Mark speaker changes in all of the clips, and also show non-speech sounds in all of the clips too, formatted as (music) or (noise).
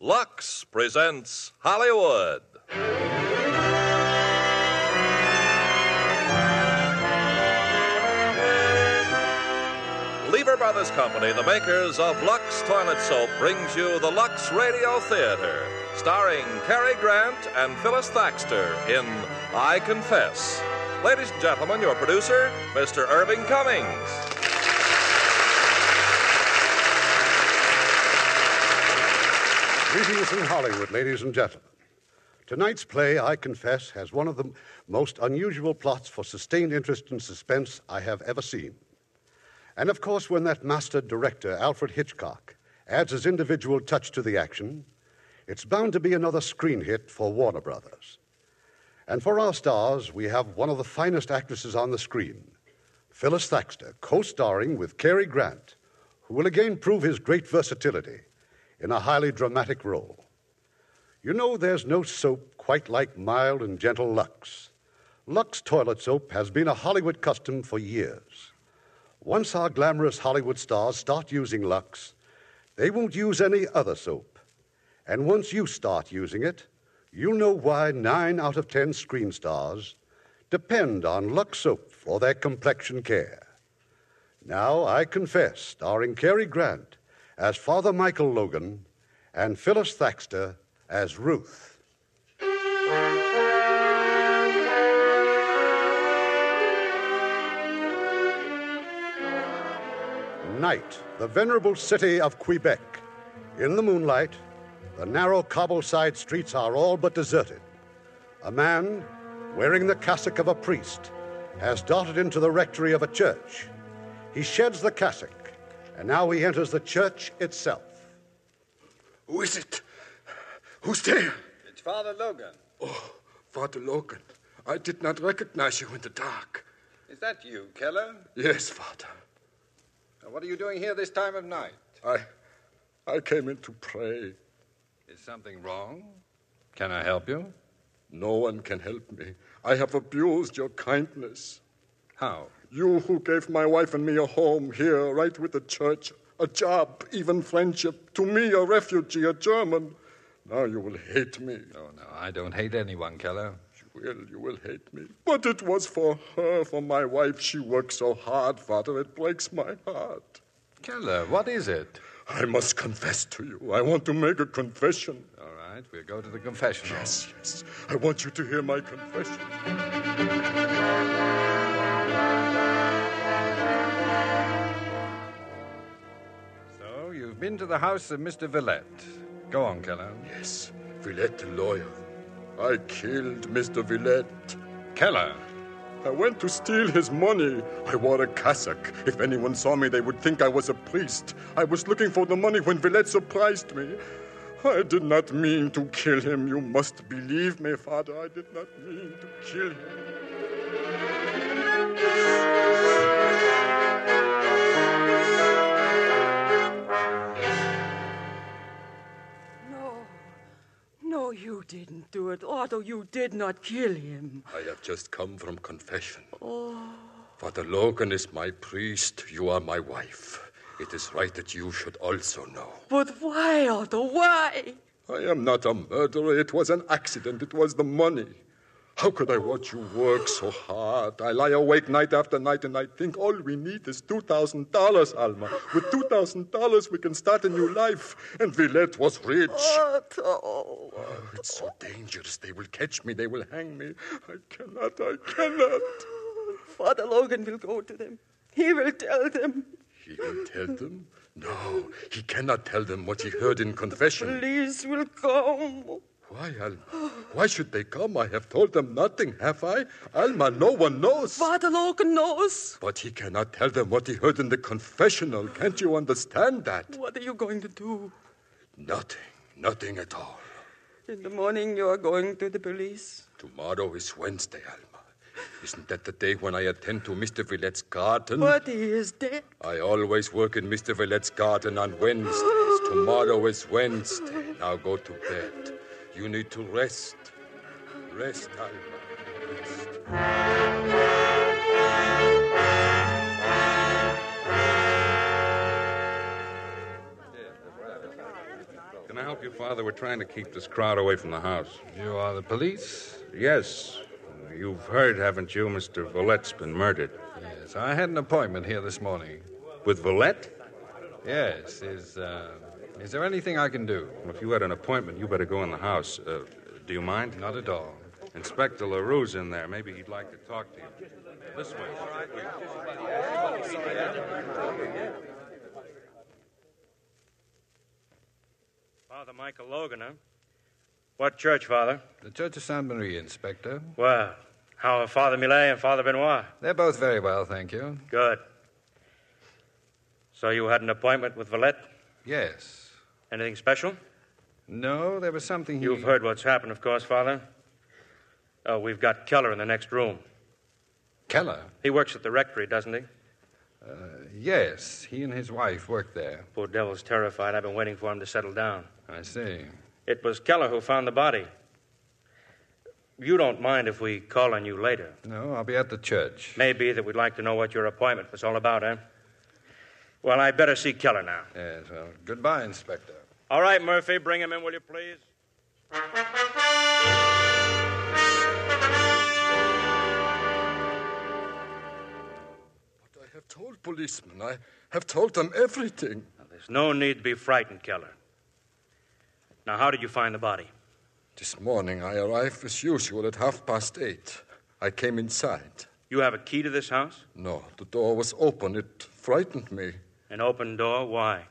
Speaker 1: Lux presents Hollywood. Lever Brothers Company, the makers of Lux Toilet Soap, brings you the Lux Radio Theater, starring Cary Grant and Phyllis Thaxter in I Confess. Ladies and gentlemen, your producer, Mr. Irving Cummings.
Speaker 2: Greetings from Hollywood, ladies and gentlemen. Tonight's play, I confess, has one of the most unusual plots for sustained interest and suspense I have ever seen. And of course, when that master director, Alfred Hitchcock, adds his individual touch to the action, it's bound to be another screen hit for Warner Brothers. And for our stars, we have one of the finest actresses on the screen, Phyllis Thaxter, co starring with Cary Grant, who will again prove his great versatility in a highly dramatic role. You know, there's no soap quite like mild and gentle Lux. Lux toilet soap has been a Hollywood custom for years. Once our glamorous Hollywood stars start using Lux, they won't use any other soap. And once you start using it, you'll know why nine out of ten screen stars depend on Lux soap for their complexion care. Now, I confess, starring Cary Grant as Father Michael Logan and Phyllis Thaxter as Ruth. Night, the venerable city of Quebec. In the moonlight, the narrow cobble side streets are all but deserted. A man, wearing the cassock of a priest, has darted into the rectory of a church. He sheds the cassock, and now he enters the church itself.
Speaker 3: Who is it? Who's there?
Speaker 4: It's Father Logan.
Speaker 3: Father Oh, Logan. I did not recognize you in the dark.
Speaker 4: Is that you, Keller?
Speaker 3: Yes, Father.
Speaker 4: And What are you doing here this time of night?
Speaker 3: I I came in to pray.
Speaker 4: Is something wrong? Can I help you?
Speaker 3: No one can help me. I have abused your kindness.
Speaker 4: How?
Speaker 3: You who gave my wife and me a home here, right with the church, a job, even friendship, to me a refugee, a German. Now you will hate me.
Speaker 4: Oh, no, I don't hate anyone, Keller.
Speaker 3: You will, you will hate me. But it was for her, for my wife. She worked so hard, Father. It breaks my heart.
Speaker 4: Keller, what is it?
Speaker 3: I must confess to you. I want to make a confession.
Speaker 4: All right, we'll go to the confessional.
Speaker 3: Yes, yes. I want you to hear my confession.
Speaker 4: So, you've been to the house of Mr. Villette. Go on, Keller.
Speaker 3: Yes, Villette, the lawyer. I killed Mr. Villette.
Speaker 4: Keller!
Speaker 3: I went to steal his money. I wore a cassock. If anyone saw me, they would think I was a priest. I was looking for the money when Villette surprised me. I did not mean to kill him. You must believe me, Father. I did not mean to kill him.
Speaker 5: No. No, you didn't do it. Otto, you did not kill him.
Speaker 3: I have just come from confession.
Speaker 5: Oh.
Speaker 3: Father Logan is my priest. You are my wife. It is right that you should also know.
Speaker 5: But why, Otto? Why?
Speaker 3: I am not a murderer. It was an accident. It was the money. How could I watch you work so hard? I lie awake night after night and I think all we need is $2,000, Alma. With $2,000, we can start a new life. And Villette was rich.
Speaker 6: Otto.
Speaker 3: Oh, it's so dangerous. They will catch me. They will hang me. I cannot. I cannot.
Speaker 6: Father Logan will go to them. He will tell them.
Speaker 3: He will tell them? No, he cannot tell them what he heard in confession.
Speaker 6: Police will come.
Speaker 3: Why, Alma? Why should they come? I have told them nothing, have I? Alma, no one knows.
Speaker 6: Father Logan knows.
Speaker 3: But he cannot tell them what he heard in the confessional. Can't you understand that?
Speaker 6: What are you going to do?
Speaker 3: Nothing. Nothing at all.
Speaker 6: In the morning, you are going to the police.
Speaker 3: Tomorrow is Wednesday, Alma. Isn't that the day when I attend to Mr. Villette's garden?
Speaker 6: But he is dead.
Speaker 3: I always work in Mr. Villette's garden on Wednesdays. Tomorrow is Wednesday. Now go to bed. You need to rest. Rest, Alma. Rest.
Speaker 7: Can I help you, Father? We're trying to keep this crowd away from the house.
Speaker 4: You are the police?
Speaker 7: Yes. You've heard, haven't you? Mr. Villette's been murdered.
Speaker 4: Yes. I had an appointment here this morning.
Speaker 7: With Villette?
Speaker 4: Yes. Is, uh, is there anything I can do?
Speaker 7: Well, if you had an appointment, you better go in the house. Uh, do you mind?
Speaker 4: Not at all.
Speaker 7: Inspector LaRue's in there. Maybe he'd like to talk to you. This way.
Speaker 8: Father Michael Logan, huh? What church, Father?
Speaker 4: The Church of Saint Marie, Inspector.
Speaker 8: Well, how are Father Millet and Father Benoit?
Speaker 4: They're both very well, thank you.
Speaker 8: Good. So you had an appointment with Valette?
Speaker 4: Yes.
Speaker 8: Anything special?
Speaker 4: No, there was something he-
Speaker 8: You've heard what's happened, of course, Father. Oh, we've got Keller in the next room.
Speaker 4: Keller? Uh,
Speaker 8: He works at the rectory, doesn't he?
Speaker 4: Yes. He and his wife worked there.
Speaker 8: Poor devil's terrified. I've been waiting for him to settle down.
Speaker 4: I see.
Speaker 8: It was Keller who found the body. You don't mind if we call on you later.
Speaker 4: No, I'll be at the church.
Speaker 8: Maybe that we'd like to know what your appointment was all about, eh? Well, I better see Keller now.
Speaker 4: Yes, well, goodbye, Inspector.
Speaker 8: All right, Murphy, bring him in, will you please?
Speaker 3: But I have told policemen. I have told them everything.
Speaker 8: There's no need to be frightened, Keller. Now, how did you find the body?
Speaker 3: This morning I arrived as usual at half past eight. I came inside.
Speaker 8: You have a key to this house?
Speaker 3: No, the door was open. It frightened me.
Speaker 8: An open door? Why?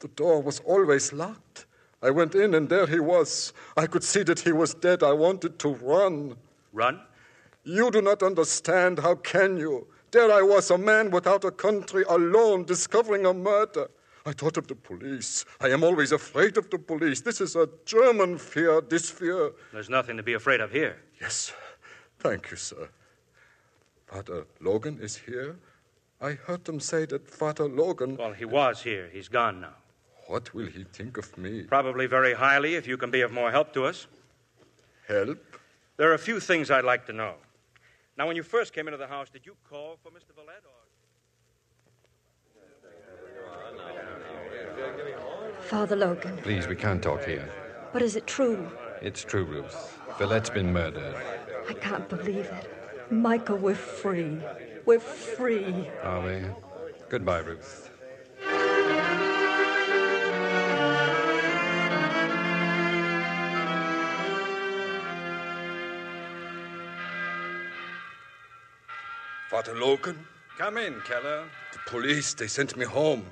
Speaker 3: The door was always locked. I went in and there he was. I could see that he was dead. I wanted to run.
Speaker 8: Run?
Speaker 3: You do not understand. How can you? There I was, a man without a country, alone, discovering a murder. I thought of the police. I am always afraid of the police. This is a German fear, this fear.
Speaker 8: There's nothing to be afraid of here.
Speaker 3: Yes, thank you, sir. Father Logan is here. I heard them say that Father Logan.
Speaker 8: Well, he was here. He's gone now.
Speaker 3: What will he think of me?
Speaker 8: Probably very highly if you can be of more help to us.
Speaker 3: Help?
Speaker 8: There are a few things I'd like to know. Now, when you first came into the house, did you call for Mr. Valette or.
Speaker 9: Father Logan,
Speaker 4: Please, we can't talk here.
Speaker 9: but is it true?
Speaker 4: It's true, Ruth. Villette's been murdered.
Speaker 9: I can't believe it. Michael, we're free. We're free.
Speaker 4: Are we? Goodbye, Ruth.
Speaker 3: Father Logan?
Speaker 4: Come in, Keller.
Speaker 3: The police, they sent me home.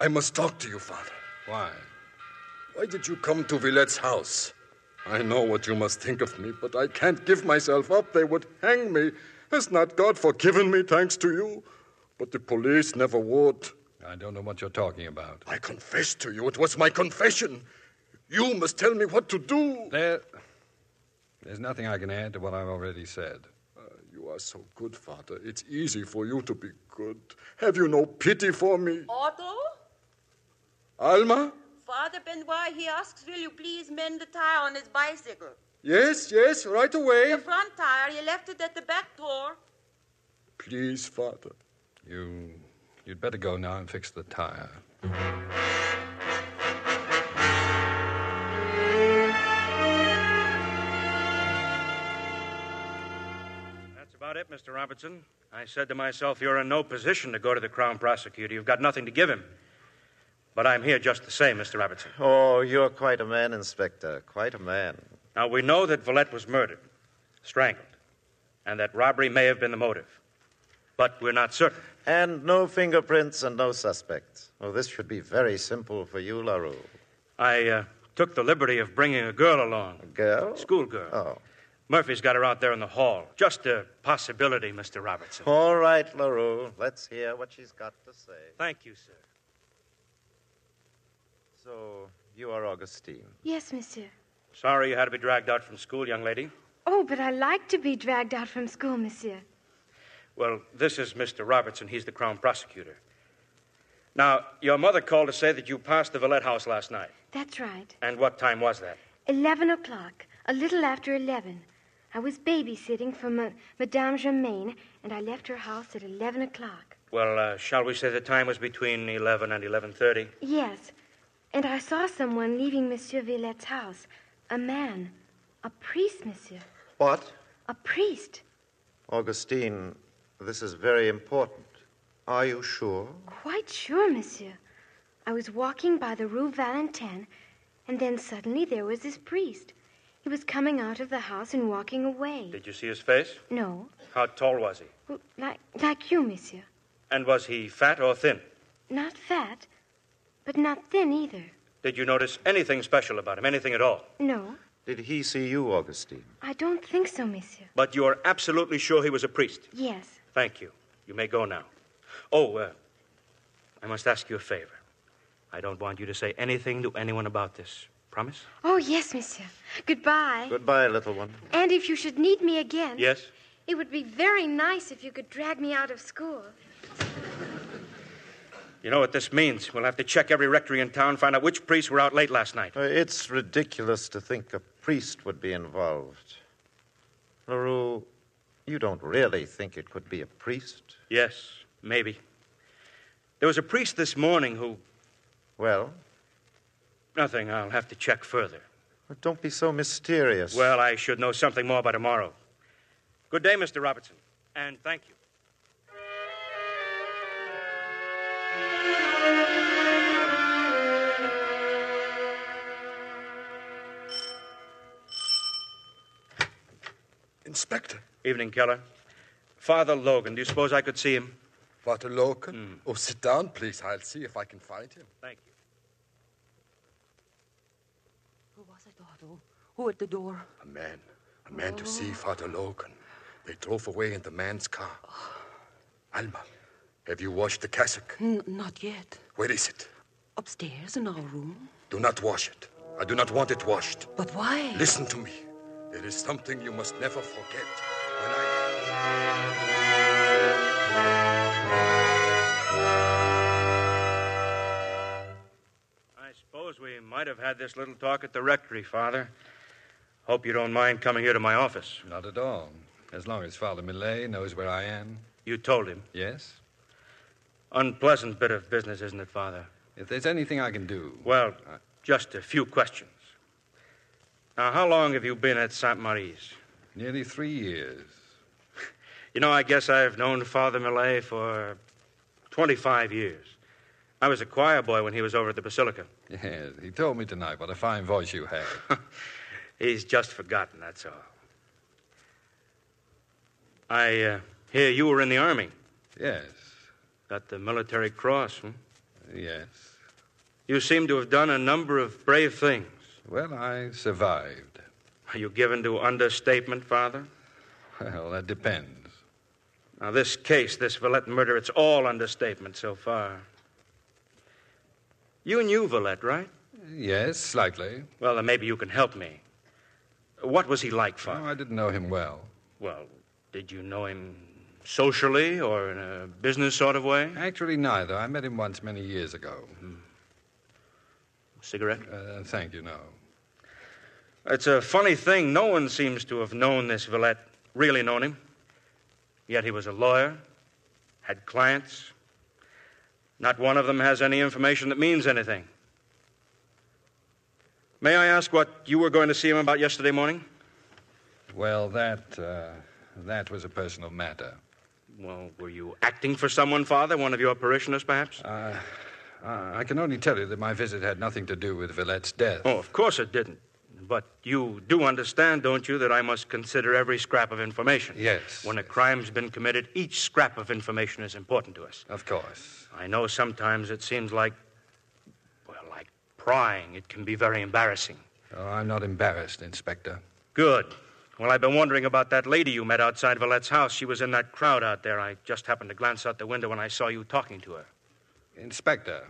Speaker 3: I must talk to you, Father.
Speaker 4: Why?
Speaker 3: Why did you come to Villette's house? I know what you must think of me, but I can't give myself up. They would hang me. Has not God forgiven me, thanks to you? But the police never would.
Speaker 4: I don't know what you're talking about.
Speaker 3: I confessed to you. It was my confession. You must tell me what to do.
Speaker 4: There. There's nothing I can add to what I've already said.
Speaker 3: Ah, you are so good, Father. It's easy for you to be good. Have you no pity for me?
Speaker 6: Otto?
Speaker 3: Alma?
Speaker 5: Father Benoit, he asks, will you please mend the tire on his bicycle?
Speaker 3: Yes, yes, right away.
Speaker 5: The front tire, he left it at the back door.
Speaker 3: Please, Father.
Speaker 4: You. You'd better go now and fix the tire.
Speaker 8: it, Mr. Robertson. I said to myself, you're in no position to go to the Crown Prosecutor. You've got nothing to give him. But I'm here just the same, Mr. Robertson.
Speaker 10: Oh, you're quite a man, Inspector. Quite a man.
Speaker 8: Now, we know that Valette was murdered, strangled, and that robbery may have been the motive. But we're not certain.
Speaker 10: And no fingerprints and no suspects. Oh, this should be very simple for you, LaRue.
Speaker 8: I uh, took the liberty of bringing a girl along. A
Speaker 10: girl?
Speaker 8: Schoolgirl.
Speaker 10: Oh.
Speaker 8: Murphy's got her out there in the hall. Just a possibility, Mr. Robertson.
Speaker 10: All right, LaRue. Let's hear what she's got to say.
Speaker 8: Thank you, sir.
Speaker 10: So, you are Augustine.
Speaker 11: Yes, monsieur.
Speaker 8: Sorry you had to be dragged out from school, young lady.
Speaker 11: Oh, but I like to be dragged out from school, monsieur.
Speaker 8: Well, this is Mr. Robertson. He's the Crown Prosecutor. Now, your mother called to say that you passed the Valette house last night.
Speaker 11: That's right.
Speaker 8: And what time was that?
Speaker 11: Eleven o'clock, a little after eleven. I was babysitting for Ma- Madame Germain, and I left her house at eleven o'clock.
Speaker 8: Well, uh, shall we say the time was between 11 and 11.30?
Speaker 11: Yes, and I saw someone leaving Monsieur Villette's house. A man. A priest, monsieur.
Speaker 10: What?
Speaker 11: A priest.
Speaker 10: Augustine, this is very important. Are you sure?
Speaker 11: Quite sure, monsieur. I was walking by the Rue Valentin, and then suddenly there was this priest. He was coming out of the house and walking away.
Speaker 8: Did you see his face?
Speaker 11: No,
Speaker 8: How tall was he?
Speaker 11: well, like, like you, monsieur.
Speaker 8: And was he fat or thin?
Speaker 11: Not fat, but not thin either.
Speaker 8: Did you notice anything special about him, anything at all?
Speaker 11: No,
Speaker 10: Did he see you, Augustine?
Speaker 11: I don't think so, monsieur.
Speaker 8: But you are absolutely sure he was a priest.
Speaker 11: Yes,
Speaker 8: Thank you. You may go now. Oh, uh, I must ask you a favor. I don't want you to say anything to anyone about this. Promise?
Speaker 11: Oh, yes, monsieur. Goodbye.
Speaker 10: Goodbye, little one.
Speaker 11: And if you should need me again,
Speaker 8: Yes?
Speaker 11: it would be very nice if you could drag me out of school.
Speaker 8: You know what this means. We'll have to check every rectory in town, find out which priests were out late last night.
Speaker 10: Uh, It's ridiculous to think a priest would be involved. LaRue, you don't really think it could be a priest?
Speaker 8: Yes, maybe. There was a priest this morning who.
Speaker 10: Well?
Speaker 8: Nothing. I'll have to check further.
Speaker 10: uh, Don't be so mysterious.
Speaker 8: Well, I should know something more by tomorrow. Good day, Mr. Robertson, and thank you.
Speaker 12: Inspector.
Speaker 8: Evening, Keller. Father Logan, do you suppose I could see him? Hmm.
Speaker 12: Father Logan? Oh, sit down, please. I'll see if I can find him.
Speaker 8: Thank you.
Speaker 5: Who was it, Otto? Who at the door?
Speaker 12: A man. A man
Speaker 5: Oh.
Speaker 12: to see Father Logan. They drove away in the man's car. Alma, have you washed the cassock?
Speaker 5: N- not yet.
Speaker 12: Where is it?
Speaker 5: Upstairs in our room.
Speaker 12: Do not wash it. I do not want it washed.
Speaker 5: But why?
Speaker 12: Listen to me. There is something you must never forget. When I.
Speaker 8: I suppose we might have had this little talk at the rectory, Father. Hope you don't mind coming here to my office.
Speaker 4: Not at all. As long as Father Millet knows where I am.
Speaker 8: You told him.
Speaker 4: Yes?
Speaker 8: Unpleasant bit of business, isn't it, Father?
Speaker 4: If there's anything I can do.
Speaker 8: Well, just a few questions. Now, how long have you been at Saint Marie's?
Speaker 4: Nearly three years.
Speaker 8: (laughs) You know, I guess I've known Father Millet for 25 years. I was a choir boy when he was over at the Basilica.
Speaker 4: Yes, he told me tonight what a fine voice you have.
Speaker 8: (laughs) He's just forgotten, that's all. I uh, hear you were in the Army.
Speaker 4: yes,
Speaker 8: Got the Military Cross, hmm?
Speaker 4: yes.
Speaker 8: You seem to have done a number of brave things.
Speaker 4: Well, I survived.
Speaker 8: Are you given to understatement, Father?
Speaker 4: Well, that depends.
Speaker 8: Now, this case, this Valette murder, it's all understatement so far. You knew Valette, right?
Speaker 4: Yes, slightly.
Speaker 8: Well, then maybe you can help me. What was he like, Father?
Speaker 4: No, I didn't know him well.
Speaker 8: Well, did you know him socially or in a business sort of way?
Speaker 4: Actually, neither. I met him once many years ago.
Speaker 8: Cigarette?
Speaker 4: Uh, thank you, no.
Speaker 8: It's a funny thing. No one seems to have known this Villette, really known him. Yet he was a lawyer, had clients. Not one of them has any information that means anything. May I ask what you were going to see him about yesterday morning?
Speaker 4: Well, that, uh,
Speaker 13: That was a personal matter.
Speaker 8: Well, were you acting for someone, Father? One of your parishioners, perhaps?
Speaker 13: Uh, uh, I can only tell you that my visit had nothing to do with Villette's death.
Speaker 8: Oh, of course it didn't. But you do understand, don't you, that I must consider every scrap of information.
Speaker 13: Yes.
Speaker 8: When a crime's been committed, each scrap of information is important to us.
Speaker 13: Of course.
Speaker 8: I know sometimes it seems like, well, like prying. It can be very embarrassing.
Speaker 13: Oh, I'm not embarrassed, Inspector.
Speaker 8: Good. Well, I've been wondering about that lady you met outside Valette's house. She was in that crowd out there. I just happened to glance out the window when I saw you talking to her.
Speaker 13: Inspector,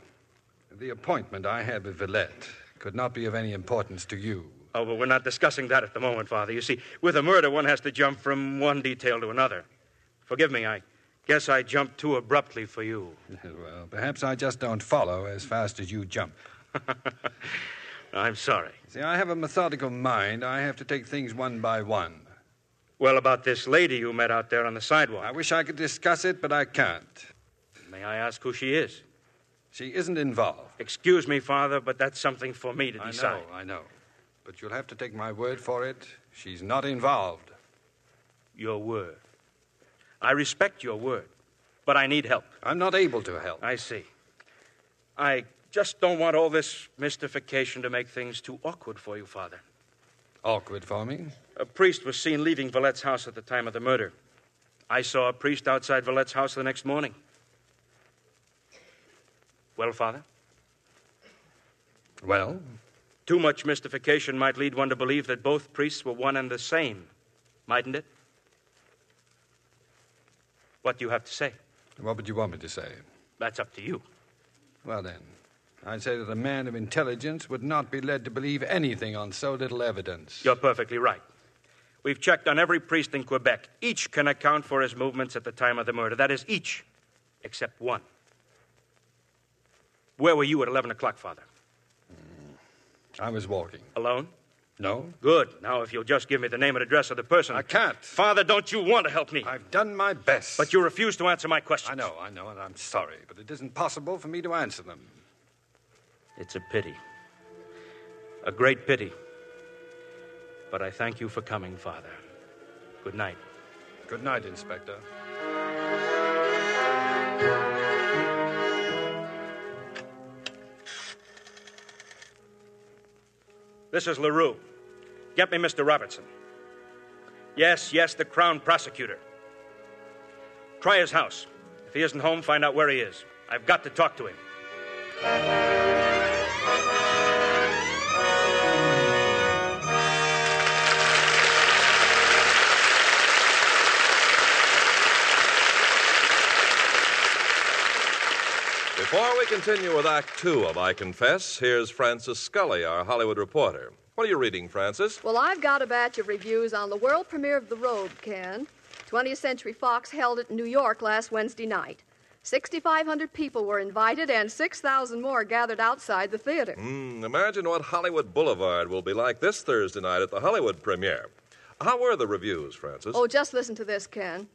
Speaker 13: the appointment I had with Villette could not be of any importance to you.
Speaker 8: Oh, but we're not discussing that at the moment, Father. You see, with a murder, one has to jump from one detail to another. Forgive me, I guess I jumped too abruptly for you.
Speaker 13: (laughs) well, perhaps I just don't follow as fast as you jump.
Speaker 8: (laughs) I'm sorry.
Speaker 13: See, I have a methodical mind. I have to take things one by one.
Speaker 8: Well, about this lady you met out there on the sidewalk.
Speaker 13: I wish I could discuss it, but I can't.
Speaker 8: May I ask who she is?
Speaker 13: She isn't involved.
Speaker 8: Excuse me, Father, but that's something for me to decide.
Speaker 13: I know, I know. But you'll have to take my word for it. She's not involved.
Speaker 8: Your word. I respect your word, but I need help.
Speaker 13: I'm not able to help.
Speaker 8: I see. I just don't want all this mystification to make things too awkward for you, Father.
Speaker 13: Awkward for me?
Speaker 8: A priest was seen leaving Valette's house at the time of the murder. I saw a priest outside Valette's house the next morning. Well, Father?
Speaker 13: Well?
Speaker 8: Too much mystification might lead one to believe that both priests were one and the same, mightn't it? What do you have to say?
Speaker 13: What would you want me to say?
Speaker 8: That's up to you.
Speaker 13: Well, then, I'd say that a man of intelligence would not be led to believe anything on so little evidence.
Speaker 8: You're perfectly right. We've checked on every priest in Quebec. Each can account for his movements at the time of the murder. That is, each, except one. Where were you at 11 o'clock, Father?
Speaker 13: I was walking.
Speaker 8: Alone?
Speaker 13: No.
Speaker 8: Good. Now, if you'll just give me the name and address of the person.
Speaker 13: I can't.
Speaker 8: Father, don't you want to help me?
Speaker 13: I've done my best.
Speaker 8: But you refuse to answer my questions.
Speaker 13: I know, I know, and I'm sorry, but it isn't possible for me to answer them.
Speaker 8: It's a pity. A great pity. But I thank you for coming, Father. Good night.
Speaker 13: Good night, Inspector.
Speaker 8: This is LaRue. Get me Mr. Robertson. Yes, yes, the Crown prosecutor. Try his house. If he isn't home, find out where he is. I've got to talk to him.
Speaker 1: Before we continue with Act Two of I Confess, here's Francis Scully, our Hollywood reporter. What are you reading, Francis?
Speaker 14: Well, I've got a batch of reviews on the world premiere of The Road, Ken. 20th Century Fox held it in New York last Wednesday night. 6,500 people were invited, and 6,000 more gathered outside the theater.
Speaker 1: Mm, imagine what Hollywood Boulevard will be like this Thursday night at the Hollywood premiere. How were the reviews, Francis?
Speaker 14: Oh, just listen to this, Ken.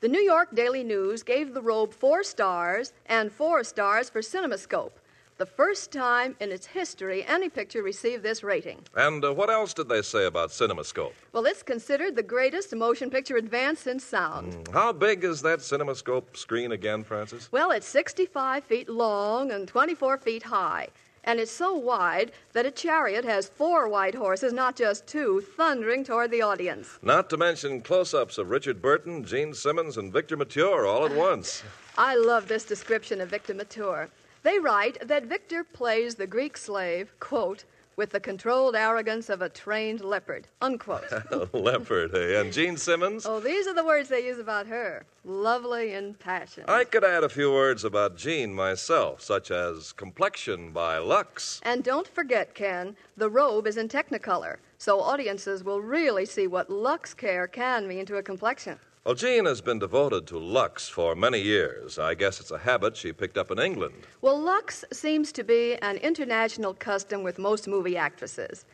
Speaker 14: The New York Daily News gave the robe four stars and four stars for CinemaScope. The first time in its history any picture received this rating.
Speaker 1: And uh, what else did they say about CinemaScope?
Speaker 14: Well, it's considered the greatest motion picture advance in sound.
Speaker 1: Mm. How big is that CinemaScope screen again, Francis?
Speaker 14: Well, it's 65 feet long and 24 feet high. And it's so wide that a chariot has four white horses, not just two, thundering toward the audience.
Speaker 1: Not to mention close ups of Richard Burton, Gene Simmons, and Victor Mature all at once. (laughs)
Speaker 14: I love this description of Victor Mature. They write that Victor plays the Greek slave, quote, with the controlled arrogance of a trained leopard, unquote.
Speaker 1: (laughs) leopard, eh? And Gene Simmons?
Speaker 14: Oh, these are the words they use about her lovely in passion.
Speaker 1: I could add a few words about Jean myself, such as complexion by Lux.
Speaker 14: And don't forget, Ken, the robe is in Technicolor, so audiences will really see what Lux care can mean to a complexion.
Speaker 1: Well, Jean has been devoted to Lux for many years. I guess it's a habit she picked up in England. (laughs)
Speaker 14: Well, Lux seems to be an international custom with most movie actresses.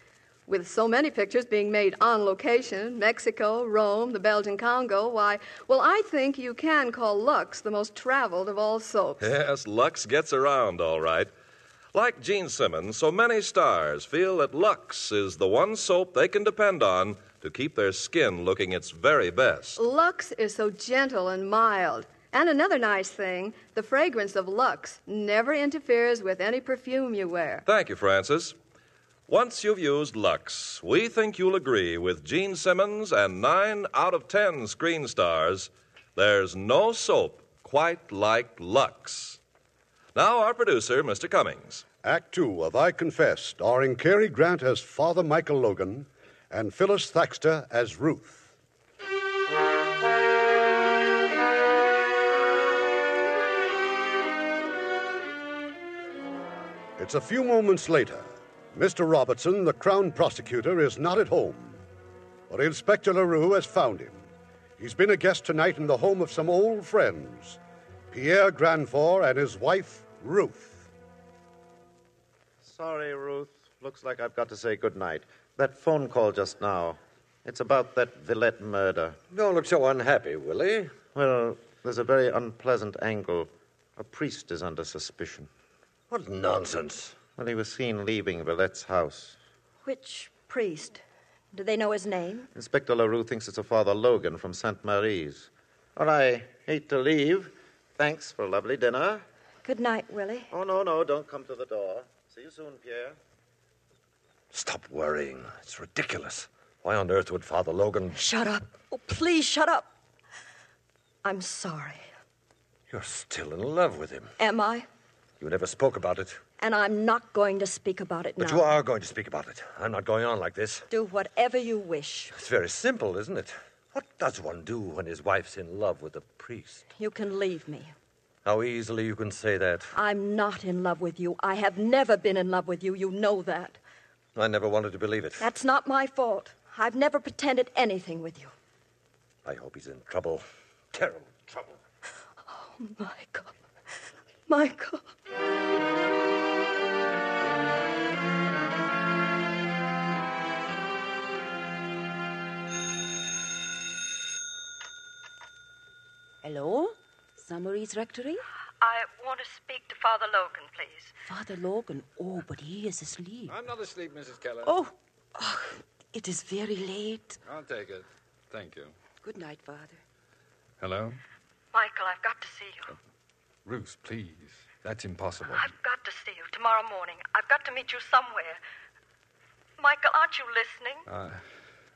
Speaker 14: With so many pictures being made on location, Mexico, Rome, the Belgian Congo, why, well, I think you can call Lux the most traveled of all soaps.
Speaker 1: Yes, Lux gets around all right. Like Gene Simmons, so many stars feel that Lux is the one soap they can depend on to keep their skin looking its very best.
Speaker 14: Lux is so gentle and mild. And another nice thing the fragrance of Lux never interferes with any perfume you wear.
Speaker 1: Thank you, Francis. Once you've used Lux, we think you'll agree with Gene Simmons and nine out of ten screen stars there's no soap quite like Lux. Now, our producer, Mr. Cummings.
Speaker 2: Act two of I Confess, starring Cary Grant as Father Michael Logan and Phyllis Thaxter as Ruth. It's a few moments later. Mr. Robertson, the Crown prosecutor, is not at home, but Inspector LaRue has found him. He's been a guest tonight in the home of some old friends, Pierre Granfort and his wife, Ruth.
Speaker 10: Sorry, Ruth. Looks like I've got to say goodnight. That phone call just now, it's about that Villette murder.
Speaker 15: Don't look so unhappy, Willie.
Speaker 10: Well, there's a very unpleasant angle. A priest is under suspicion.
Speaker 15: What nonsense.
Speaker 10: Well, he was seen leaving Villette's house.
Speaker 9: Which priest? Do they know his name?
Speaker 10: Inspector LaRue thinks it's a Father Logan from St. Marie's. Well, I hate to leave. Thanks for a lovely dinner.
Speaker 9: Good night, Willie.
Speaker 10: Oh, no, no, don't come to the door. See you soon, Pierre.
Speaker 15: Stop worrying. It's ridiculous. Why on earth would Father Logan.
Speaker 9: Shut up. Oh, please shut up. I'm sorry.
Speaker 15: You're still in love with him.
Speaker 9: Am I?
Speaker 15: You never spoke about it.
Speaker 9: And I'm not going to speak about it
Speaker 15: But
Speaker 9: now.
Speaker 15: you are going to speak about it. I'm not going on like this.
Speaker 9: Do whatever you wish.
Speaker 15: It's very simple, isn't it? What does one do when his wife's in love with a priest?
Speaker 9: You can leave me.
Speaker 15: How easily you can say that.
Speaker 9: I'm not in love with you. I have never been in love with you. You know that.
Speaker 15: I never wanted to believe it.
Speaker 9: That's not my fault. I've never pretended anything with you.
Speaker 15: I hope he's in trouble. Terrible trouble.
Speaker 9: Oh, Michael. Michael.
Speaker 5: Hello? St. Marie's Rectory?
Speaker 16: I want to speak to Father Logan, please.
Speaker 5: Father Logan. Oh, but he is asleep.
Speaker 4: I'm not asleep, Mrs. Keller.
Speaker 5: Oh, ah, it is very late.
Speaker 4: I'll take it. Thank you.
Speaker 5: Good night, Father.
Speaker 4: Hello?
Speaker 16: Michael, I've got to see you.
Speaker 4: Ruth, please. That's impossible.
Speaker 16: I've got to see you tomorrow morning. I've got to meet you somewhere. Michael, aren't you listening?
Speaker 4: Uh,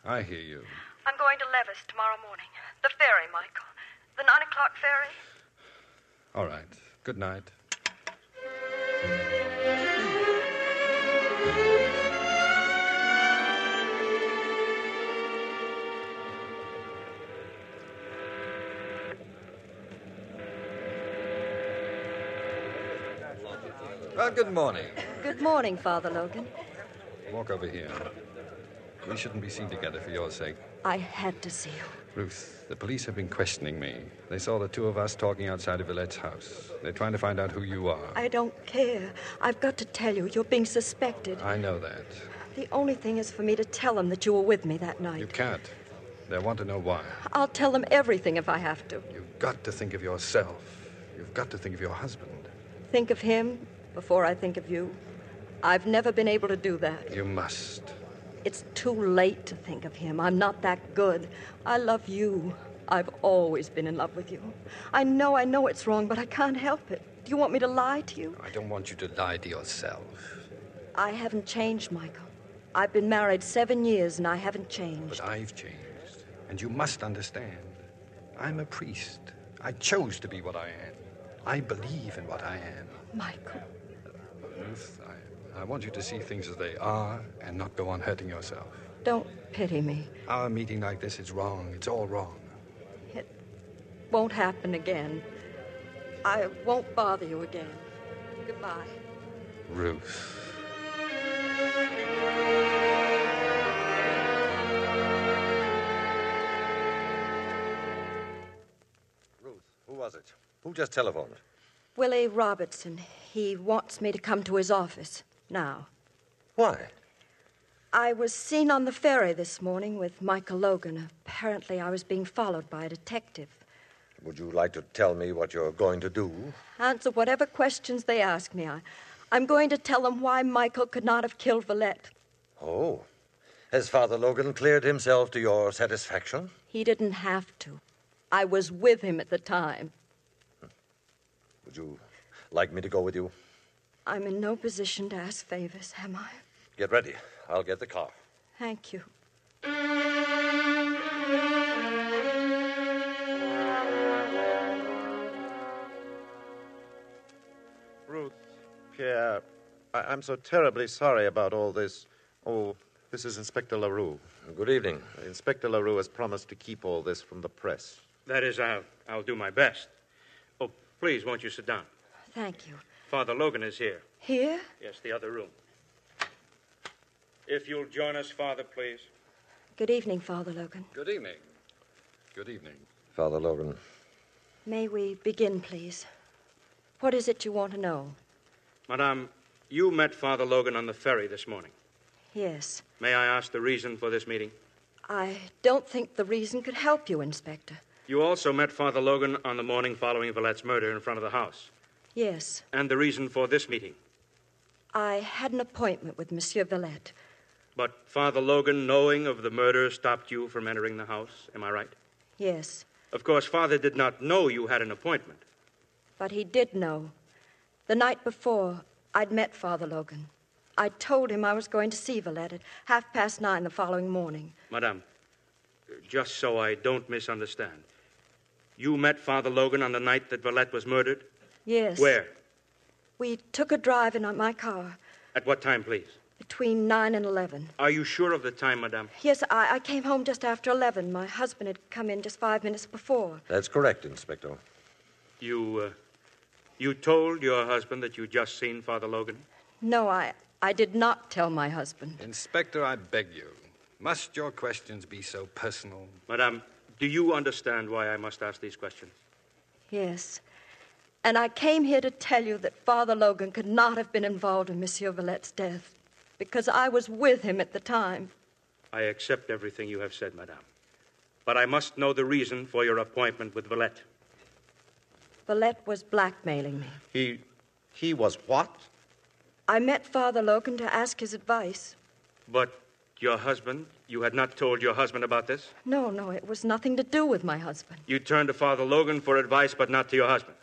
Speaker 4: I hear you.
Speaker 16: I'm going to Levis tomorrow morning. The ferry, Michael. The nine o'clock ferry.
Speaker 4: All right. Good night. Well, good morning.
Speaker 9: Good morning, Father Logan.
Speaker 4: Walk over here. We shouldn't be seen together for your sake.
Speaker 9: I had to see you.
Speaker 4: Ruth, the police have been questioning me. They saw the two of us talking outside of Villette's house. They're trying to find out who you are.
Speaker 9: I don't care. I've got to tell you, you're being suspected.
Speaker 4: I know that.
Speaker 9: The only thing is for me to tell them that you were with me that
Speaker 4: You
Speaker 9: night.
Speaker 4: can't. They want to know why.
Speaker 9: I'll tell them everything if I have to.
Speaker 4: You've got to think of yourself. You've got to think of your husband.
Speaker 9: Think of him before I think of you. I've never been able to do that.
Speaker 4: You must.
Speaker 9: It's too late to think of him. I'm not that good. I love you. I've always been in love with you. I know, I know it's wrong, but I can't help it. Do you want me to lie to you?
Speaker 4: I don't want you to lie to yourself.
Speaker 9: I haven't changed, Michael. I've been married seven years and I haven't changed.
Speaker 4: But I've changed. And you must understand. I'm a priest. I chose to be what I am. I believe in what I am.
Speaker 9: Michael,
Speaker 4: Ruth, I, I want you to see things as they are and not go on hurting yourself.
Speaker 9: don't pity me.
Speaker 4: Our meeting like this is wrong. It's all wrong.
Speaker 9: Won't happen again. I won't bother you again. Goodbye.
Speaker 4: Ruth.
Speaker 15: Who was it? Who just telephoned?
Speaker 9: Willie Robertson, he wants me to come to his office now.
Speaker 15: Why?
Speaker 9: I was seen on the ferry this morning with Michael Logan. Apparently, I was being followed by a detective.
Speaker 15: Would you like to tell me what you're going to do?
Speaker 9: Answer whatever questions they ask me. I, I'm going to tell them why Michael could not have killed Valette.
Speaker 15: Oh. Has Father Logan cleared himself to your satisfaction?
Speaker 9: He didn't have to. I was with him at the time.
Speaker 15: Would you like me to go with you?
Speaker 9: I'm in no position to ask favors, am I?
Speaker 15: Get ready. I'll get the car.
Speaker 9: Thank you.
Speaker 10: Ruth. Pierre, I- I'm so terribly sorry about all this. Oh, this is Inspector LaRue.
Speaker 15: Good evening.
Speaker 10: Inspector LaRue has promised to keep all this from the press.
Speaker 8: That is, I'll, I'll do my best. Oh, please, won't you sit down?
Speaker 9: Thank you.
Speaker 8: Father Logan is here.
Speaker 9: Here?
Speaker 8: Yes, the other room. If you'll join us, Father, please.
Speaker 9: Good evening, Father Logan.
Speaker 8: Good evening.
Speaker 4: Good evening.
Speaker 15: Father Logan,
Speaker 9: May we begin, please? What is it you want to know?
Speaker 8: Madame, you met Father Logan on the ferry this morning.
Speaker 9: Yes.
Speaker 8: May I ask the reason for this meeting?
Speaker 9: I don't think the reason could help you, Inspector.
Speaker 8: You also met Father Logan on the morning following Valette's murder in front of the house.
Speaker 9: Yes.
Speaker 8: And the reason for this meeting.
Speaker 9: I had an appointment with Monsieur Villette.
Speaker 8: But Father Logan, knowing of the murder, stopped you from entering the house. Am I right?
Speaker 9: Yes.
Speaker 8: Of course, Father did not know you had an appointment.
Speaker 9: But he did know. The night before, I'd met Father Logan. I told him I was going to see Villette at half past nine the following morning.
Speaker 8: Madame, just so I don't misunderstand, you met Father Logan on the night that Valette was murdered?
Speaker 9: Yes.
Speaker 8: Where?
Speaker 9: We took a drive in my car
Speaker 8: At what time, please?
Speaker 9: between nine and eleven.
Speaker 8: Are you sure of the time, Madame?
Speaker 9: Yes, I, I came home just after eleven. My husband had come in just five minutes before.
Speaker 15: that's correct, Inspector.
Speaker 8: You, uh, you told your husband that you just seen Father Logan?
Speaker 9: No, I, I did not tell my husband.
Speaker 4: Inspector, I beg you. Must your questions be so personal?
Speaker 8: Madame, do you understand why I must ask these questions?
Speaker 9: Yes. And I came here to tell you that Father Logan could not have been involved in Monsieur Villette's death because I was with him at the time.
Speaker 8: I accept everything you have said, Madame. But I must know the reason for your appointment with Valette.
Speaker 9: Villette was blackmailing me.
Speaker 10: He. he was what?
Speaker 9: I met Father Logan to ask his advice.
Speaker 8: But your husband? You had not told your husband about this?
Speaker 9: No, no, it was nothing to do with my husband.
Speaker 8: You turned to Father Logan for advice, but not to your husband.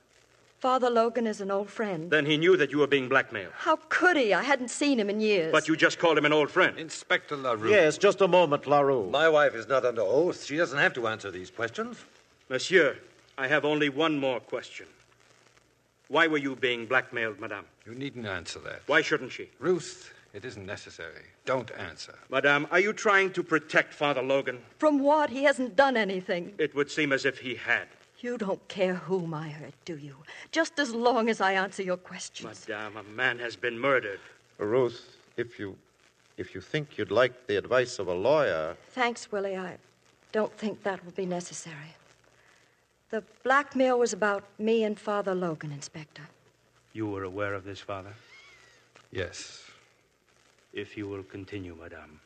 Speaker 9: Father Logan is an old friend.
Speaker 8: Then he knew that you were being blackmailed.
Speaker 9: How could he? I hadn't seen him in years.
Speaker 8: But you just called him an old friend.
Speaker 4: Inspector LaRue.
Speaker 10: Yes, just a moment, LaRue.
Speaker 15: My wife is not under oath. She doesn't have to answer these questions.
Speaker 8: Monsieur, I have only one more question. Why were you being blackmailed, madame?
Speaker 4: You needn't answer that.
Speaker 8: Why shouldn't she?
Speaker 4: Ruth, it isn't necessary. Don't answer.
Speaker 8: Madame, are you trying to protect Father Logan?
Speaker 9: From what? He hasn't done anything.
Speaker 8: It would seem as if he had.
Speaker 9: You don't care whom I hurt, do you? Just as long as I answer your question.
Speaker 8: Madame, a man has been murdered.
Speaker 10: Ruth, if you. if you think you'd like the advice of a lawyer.
Speaker 9: Thanks, Willie. I don't think that will be necessary. The blackmail was about me and Father Logan, Inspector.
Speaker 8: You were aware of this, Father?
Speaker 4: Yes.
Speaker 8: If you will continue, madame.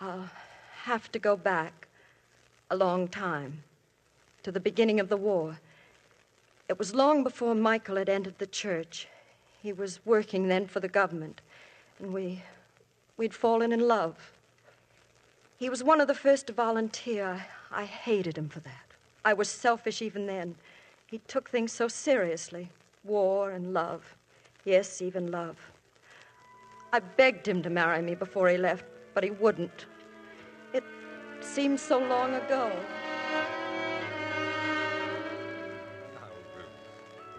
Speaker 9: I'll Uh, have to go back a long time to the beginning of the war. It was long before Michael had entered the church. He was working then for the government, and we we'd fallen in love. He was one of the first to volunteer. I hated him for that. I was selfish even then. He took things so seriously war and love. Yes, even love. I begged him to marry me before he left, but he wouldn't. It seems so long ago.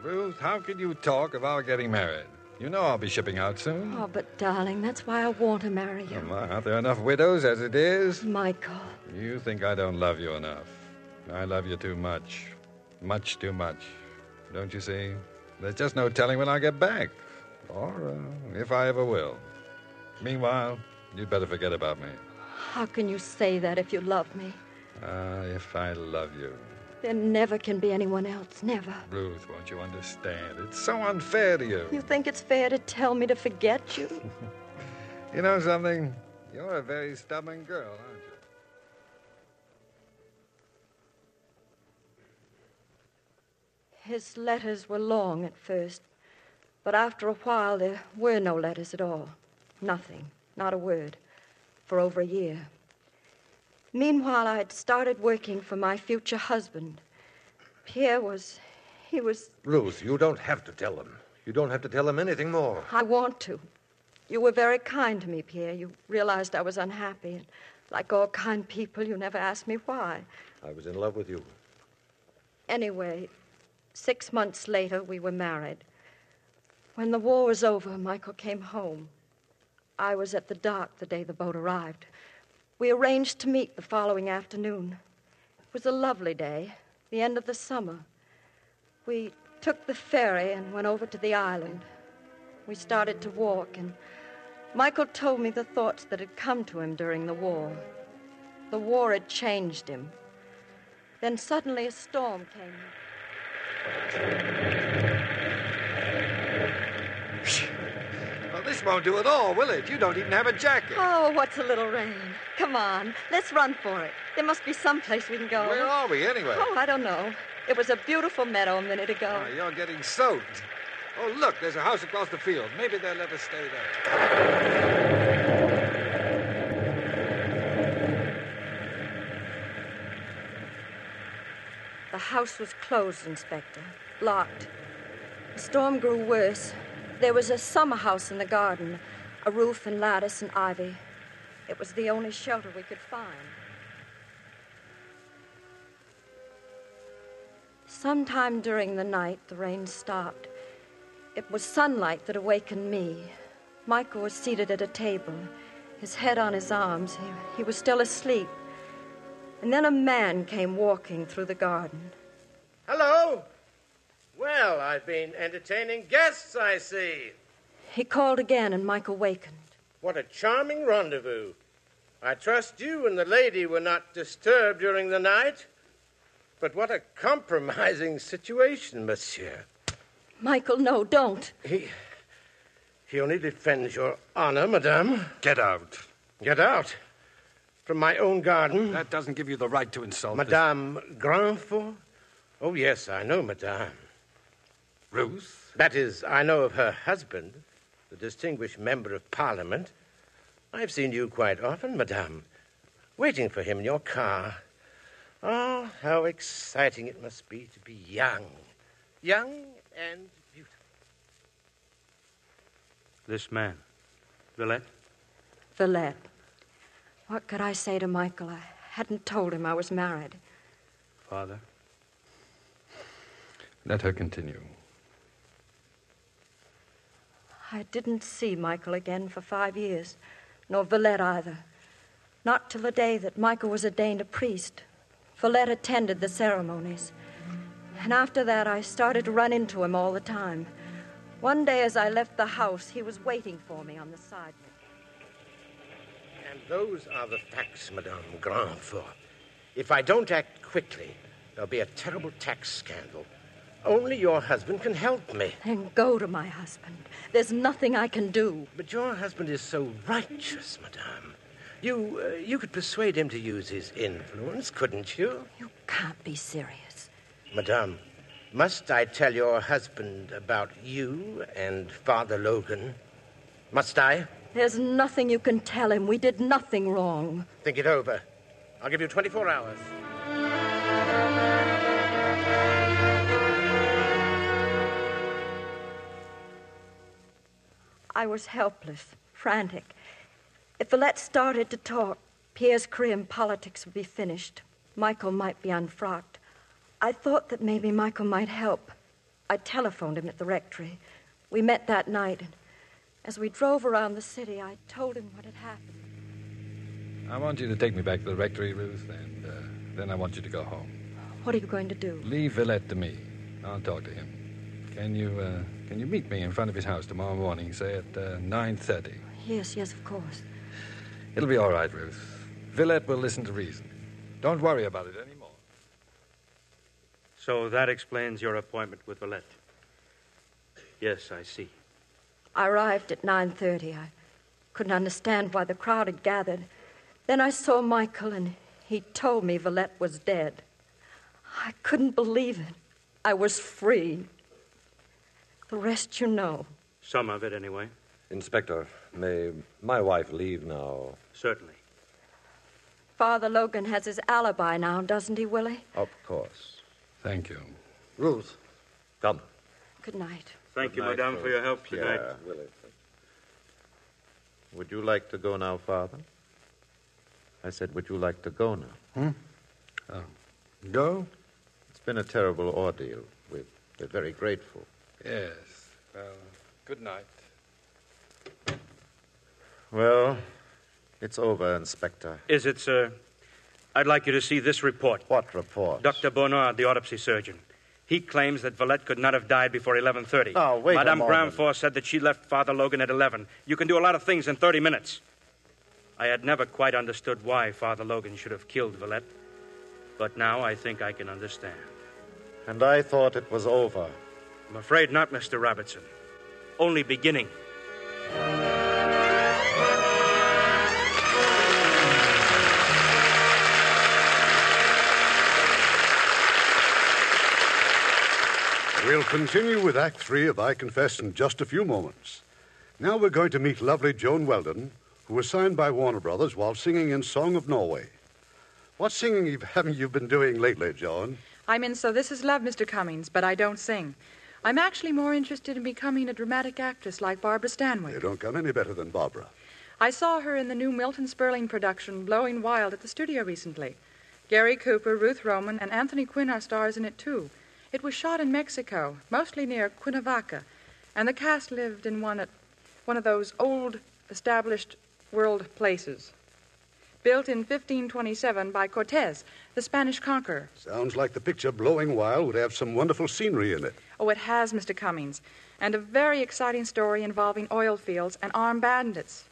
Speaker 4: Ruth, how could you talk of our getting married? You know I'll be shipping out soon.
Speaker 9: Oh, but darling, that's why I want to marry you.
Speaker 4: Come on, aren't there enough widows as it is?
Speaker 9: Michael,
Speaker 4: You think I don't love you enough. I love you too much. Much too much. Don't you see? There's just no telling when I'll get back. Or uh, if I ever will. Meanwhile, you'd better forget about me.
Speaker 9: how can you say that if you love me?
Speaker 4: Ah, if I love you.
Speaker 9: There never can be anyone else, never.
Speaker 4: Ruth, won't you understand? It's so unfair to you.
Speaker 9: You think it's fair to tell me to forget you?
Speaker 4: You know something? You're a very stubborn girl, aren't you?
Speaker 9: His letters were long at first, but after a while there were no letters at all. Nothing, not a word. for over a year. Meanwhile, I had started working for my future husband. Pierre was. he was.
Speaker 15: Ruth, you don't have to tell him. You don't have to tell him anything more.
Speaker 9: I want to. You were very kind to me, Pierre. You realized I was unhappy. And like all kind people, you never asked me why.
Speaker 15: I was in love with you.
Speaker 9: Anyway, six months later, we were married. When the war was over, Michael came home. I was at the dock the day the boat arrived. We arranged to meet the following afternoon. It was a lovely day, the end of the summer. We took the ferry and went over to the island. We started to walk, and Michael told me the thoughts that had come to him during the war. The war had changed him. Then suddenly a storm came.
Speaker 10: Well, this won't do at all, will it? You don't even have a jacket.
Speaker 9: Oh, what's a little rain? Come on, let's run for it. There must be some place we can go.
Speaker 10: Where are we, anyway?
Speaker 9: Oh, I don't know. It was a beautiful meadow a minute ago.
Speaker 10: Oh, you're getting soaked. Oh, look, there's a house across the field. Maybe they'll let us stay there.
Speaker 9: The house was closed, Inspector. Locked. The storm grew worse. There was a summer house in the garden, a roof and lattice and ivy. It was the only shelter we could find. Sometime during the night, the rain stopped. It was sunlight that awakened me. Michael was seated at a table, his head on his arms. He, he was still asleep. And then a man came walking through the garden.
Speaker 17: Hello? Well, I've been entertaining guests, I see.
Speaker 9: He called again, and Michael wakened.
Speaker 17: What a charming rendezvous. I trust you and the lady were not disturbed during the night. But what a compromising situation, monsieur.
Speaker 9: Michael, no, don't.
Speaker 17: He. He only defends your honor, madame. Get out. Get out. From my own garden.
Speaker 10: That doesn't give you the right to insult this-
Speaker 17: Madame Grandfort? Oh, yes, I know Madame. Ruth? That is, I know of her husband, the distinguished member of Parliament. I've seen you quite often, Madame, waiting for him in your car. Oh, how exciting it must be to be young. Young and beautiful.
Speaker 8: This man, Villette,
Speaker 9: Villette. What could I say to Michael? I hadn't told him I was married.
Speaker 8: father.
Speaker 4: Let her continue.
Speaker 9: I didn't see Michael again for five years, nor Villette either. Not till the day that Michael was ordained a priest. Villette attended the ceremonies. And after that, I started to run into him all the time. One day, as I left the house, he was waiting for me on the sidewalk.
Speaker 17: And those are the facts, Madame Grandfort. If I don't act quickly, there'll be a terrible tax scandal. Only your husband can help me.
Speaker 9: Then go to my husband. There's nothing I can do.
Speaker 17: But your husband is so righteous, Madame. You, uh, you could persuade him to use his influence, couldn't you?
Speaker 9: You can't be serious.
Speaker 17: Madame, must I tell your husband about you and Father Logan? Must I?
Speaker 9: There's nothing you can tell him. We did nothing wrong.
Speaker 17: Think it over. I'll give you 24 hours.
Speaker 9: I was helpless, frantic. If Villette started to talk, Pierre's career in politics would be finished. Michael might be unfrocked. I thought that maybe Michael might help. I telephoned him at the rectory. We met that night, and as we drove around the city, I told him what had happened.
Speaker 4: I want you to take me back to the rectory, Ruth, and uh, then I want you to go home.
Speaker 9: What are you going to do?
Speaker 4: Leave Villette to me. I'll talk to him. Can you uh, can you meet me in front of his house tomorrow morning, say at uh, nine thirty?
Speaker 9: Yes, yes, of course.
Speaker 4: It'll be all right, Ruth. Villette will listen to reason. Don't worry about it anymore.
Speaker 8: So that explains your appointment with Villette. Yes, I see.
Speaker 9: I arrived at 9:30. I couldn't understand why the crowd had gathered. Then I saw Michael and he told me Villette was dead. I couldn't believe it. I was free. The rest you know.
Speaker 8: Some of it, anyway.
Speaker 15: Inspector, may my wife leave now?
Speaker 8: Certainly.
Speaker 18: Father Logan has his alibi now, doesn't he, Willie?
Speaker 10: Of course.
Speaker 4: Thank you.
Speaker 15: Ruth, come.
Speaker 18: Good night.
Speaker 8: Thank you, madame, for your help tonight.
Speaker 10: Pierre. Would you like to go now, Father? I said, would you like to go now? Um,
Speaker 4: Go?
Speaker 10: It's been a terrible ordeal. We're, we're very grateful.
Speaker 4: Yes. Well, good night.
Speaker 10: Well, it's over, Inspector.
Speaker 8: Is it, sir? I'd like you to see this report.
Speaker 10: What report?
Speaker 8: Dr. Bonnard, the autopsy surgeon. He claims that Valette could not have died before 11.30.
Speaker 10: Oh, wait a
Speaker 8: Madame
Speaker 10: moment.
Speaker 8: Bramfort said that she left Father Logan at 11. You can do a lot of things in 30 minutes. I had never quite understood why Father Logan should have killed Valette, but now I think I can understand.
Speaker 10: And I thought it was over.
Speaker 8: I'm afraid not, Mr. Robertson. Only beginning.
Speaker 2: We'll continue with Act Three of I Confess in just a few moments. Now we're going to meet lovely Joan Weldon, who was signed by Warner Brothers while singing in Song of Norway. What singing you- haven't you been doing lately, Joan?
Speaker 19: I'm in So This Is Love, Mr. Cummings, but I don't sing. I'm actually more interested in becoming a dramatic actress like Barbara Stanwyck.
Speaker 2: You don't come any better than Barbara.
Speaker 19: I saw her in the new Milton Sperling production, Blowing Wild, at the studio recently. Gary Cooper, Ruth Roman, and Anthony Quinn are stars in it, too. It was shot in Mexico, mostly near Cuernavaca, and the cast lived in one, at one of those old, established world places. Built in 1527 by Cortez, the Spanish conqueror.
Speaker 2: Sounds like the picture Blowing Wild would have some wonderful scenery in it.
Speaker 19: Oh, it has, Mr. Cummings, and a very exciting story involving oil fields and armed bandits.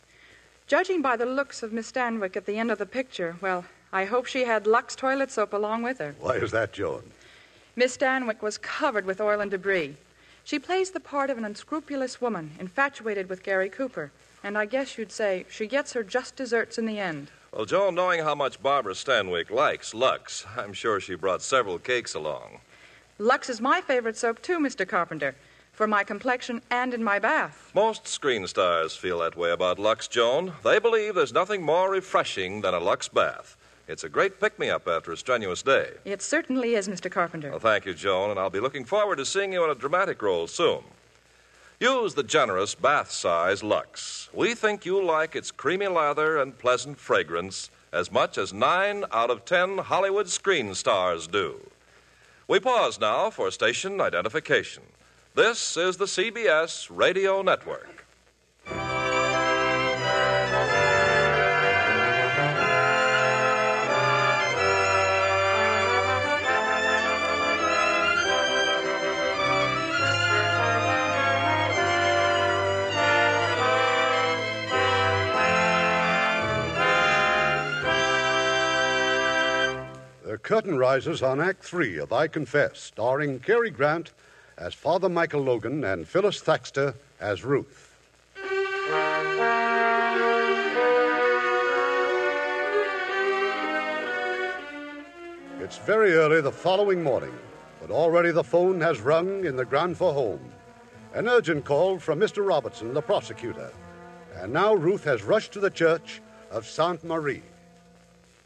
Speaker 19: Judging by the looks of Miss Stanwyck at the end of the picture, well, I hope she had Lux toilet soap along with her.
Speaker 2: Why is that, Joan?
Speaker 19: Miss Stanwyck was covered with oil and debris. She plays the part of an unscrupulous woman infatuated with Gary Cooper, and I guess you'd say she gets her just desserts in the end.
Speaker 1: Well, Joan, knowing how much Barbara Stanwyck likes Lux, I'm sure she brought several cakes along.
Speaker 19: Lux is my favorite soap, too, Mr. Carpenter, for my complexion and in my bath.
Speaker 1: Most screen stars feel that way about Lux, Joan. They believe there's nothing more refreshing than a Lux bath. It's a great pick me up after a strenuous day.
Speaker 19: It certainly is, Mr. Carpenter.
Speaker 1: Well, thank you, Joan, and I'll be looking forward to seeing you in a dramatic role soon. Use the generous bath size Lux. We think you'll like its creamy lather and pleasant fragrance as much as nine out of ten Hollywood screen stars do. We pause now for station identification. This is the CBS Radio Network.
Speaker 2: The curtain rises on Act Three of I Confess, starring Cary Grant as Father Michael Logan and Phyllis Thaxter as Ruth. It's very early the following morning, but already the phone has rung in the ground for home. An urgent call from Mr. Robertson, the prosecutor. And now Ruth has rushed to the church of Sainte Marie.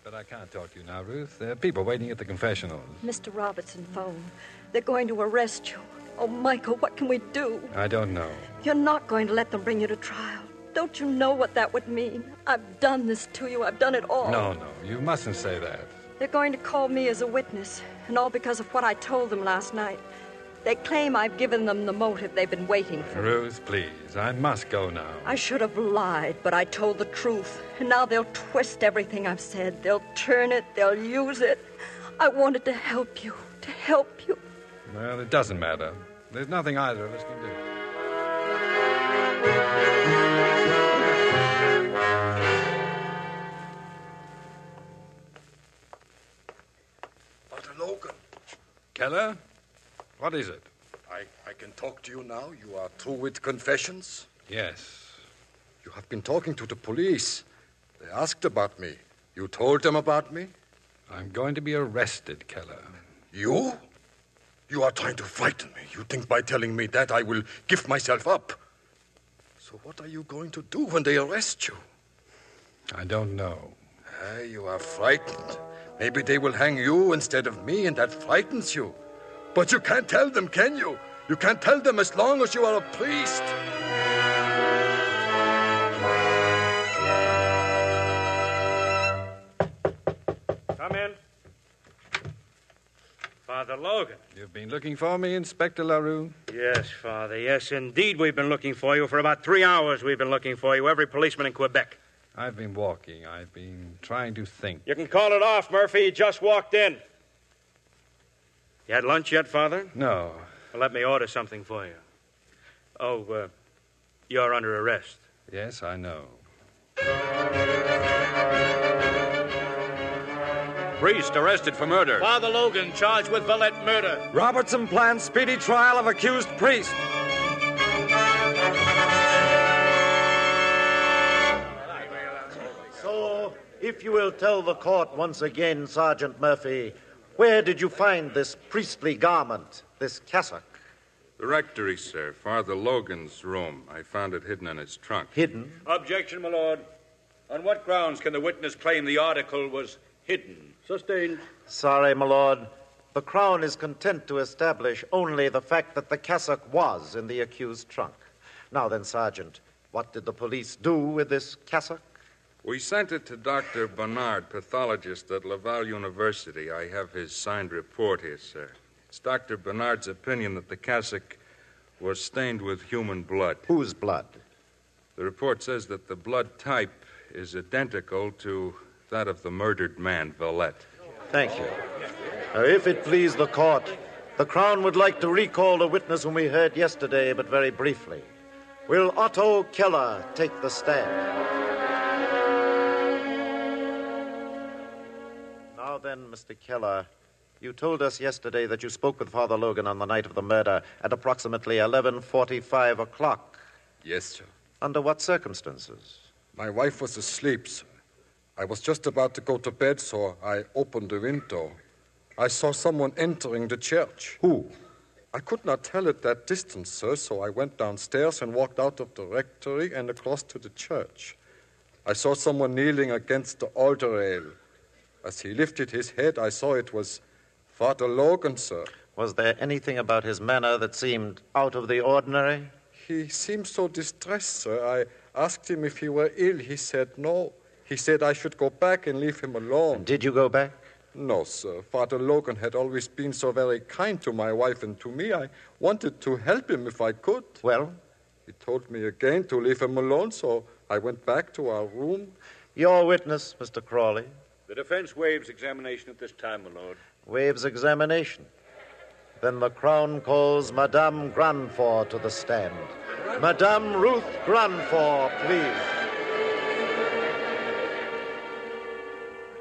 Speaker 4: But I can't talk to you now, Ruth. There are people waiting at the confessional.
Speaker 9: Mr. Robertson phone. They're going to arrest you. Oh, Michael, what can we do?
Speaker 4: I don't know.
Speaker 9: You're not going to let them bring you to trial. Don't you know what that would mean? I've done this to you. I've done it all.
Speaker 4: No, no, you mustn't say that.
Speaker 9: They're going to call me as a witness, and all because of what I told them last night. They claim I've given them the motive they've been waiting for.
Speaker 4: Ruth, please, I must go now.
Speaker 9: I should have lied, but I told the truth. And now they'll twist everything I've said. They'll turn it, they'll use it. I wanted to help you, to help you.
Speaker 4: Well, it doesn't matter. There's nothing either of us can do.
Speaker 12: Father Logan,
Speaker 4: Keller? What is it?
Speaker 12: I, I can talk to you now. You are through with confessions?
Speaker 4: Yes.
Speaker 12: You have been talking to the police. They asked about me. You told them about me?
Speaker 4: I'm going to be arrested, Keller.
Speaker 12: You? You are trying to frighten me. You think by telling me that I will give myself up.
Speaker 3: So what are you going to do when they arrest you?
Speaker 4: I don't know.
Speaker 3: Ah, you are frightened. Maybe they will hang you instead of me, and that frightens you. But you can't tell them, can you? You can't tell them as long as you are a priest.
Speaker 8: Come in. Father Logan.
Speaker 4: You've been looking for me, Inspector LaRue?
Speaker 8: Yes, Father. Yes, indeed, we've been looking for you. For about three hours, we've been looking for you, every policeman in Quebec.
Speaker 4: I've been walking. I've been trying to think.
Speaker 8: You can call it off, Murphy. You just walked in. You had lunch yet, Father?
Speaker 4: No.
Speaker 8: Well, let me order something for you. Oh, uh, you're under arrest.
Speaker 4: Yes, I know.
Speaker 20: Priest arrested for murder.
Speaker 21: Father Logan charged with Valette murder.
Speaker 20: Robertson plans speedy trial of accused priest.
Speaker 10: So, if you will tell the court once again, Sergeant Murphy, where did you find this priestly garment, this cassock?
Speaker 7: The rectory, sir. Father Logan's room. I found it hidden in his trunk.
Speaker 10: Hidden?
Speaker 21: Objection, my lord. On what grounds can the witness claim the article was hidden? Sustained.
Speaker 10: Sorry, my lord. The Crown is content to establish only the fact that the cassock was in the accused trunk. Now then, Sergeant, what did the police do with this cassock?
Speaker 7: We sent it to Dr. Bernard, pathologist at Laval University. I have his signed report here, sir. It's Dr. Bernard's opinion that the cassock was stained with human blood.
Speaker 10: Whose blood?
Speaker 7: The report says that the blood type is identical to that of the murdered man, Valette.
Speaker 10: Thank you. Now, Uh, if it please the court, the Crown would like to recall a witness whom we heard yesterday, but very briefly. Will Otto Keller take the stand? Now then, Mr. Keller, you told us yesterday that you spoke with Father Logan on the night of the murder at approximately 11:45 o'clock.
Speaker 3: Yes, sir.
Speaker 10: Under what circumstances?
Speaker 3: My wife was asleep, sir. I was just about to go to bed, so I opened the window. I saw someone entering the church.
Speaker 10: Who?
Speaker 3: I could not tell at that distance, sir, so I went downstairs and walked out of the rectory and across to the church. I saw someone kneeling against the altar rail. As he lifted his head, I saw it was Father Logan, sir.
Speaker 10: Was there anything about his manner that seemed out of the ordinary?
Speaker 3: He seemed so distressed, sir. I asked him if he were ill. He said no. He said I should go back and leave him alone.
Speaker 10: Did you go back?
Speaker 3: No, sir. Father Logan had always been so very kind to my wife and to me. I wanted to help him if I could.
Speaker 10: Well?
Speaker 3: He told me again to leave him alone, so I went back to our room.
Speaker 10: Your witness, Mr. Crawley,
Speaker 21: The defense waives examination at this time, my lord.
Speaker 10: waves examination. Then the Crown calls Madame Granfort to the stand. Madame Ruth Granfort, please.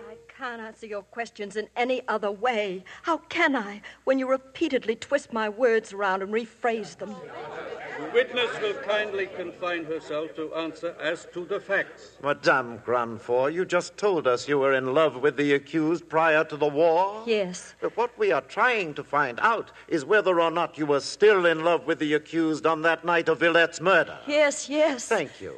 Speaker 22: I can't answer your questions in any other way. How can I when you repeatedly twist my words around and rephrase them?
Speaker 21: The witness will kindly confine herself to answer as to the facts.
Speaker 10: Madame Granfort, you just told us you were in love with the accused prior to the war.
Speaker 22: Yes.
Speaker 10: But what we are trying to find out is whether or not you were still in love with the accused on that night of Villette's murder.
Speaker 22: Yes, yes.
Speaker 10: Thank you.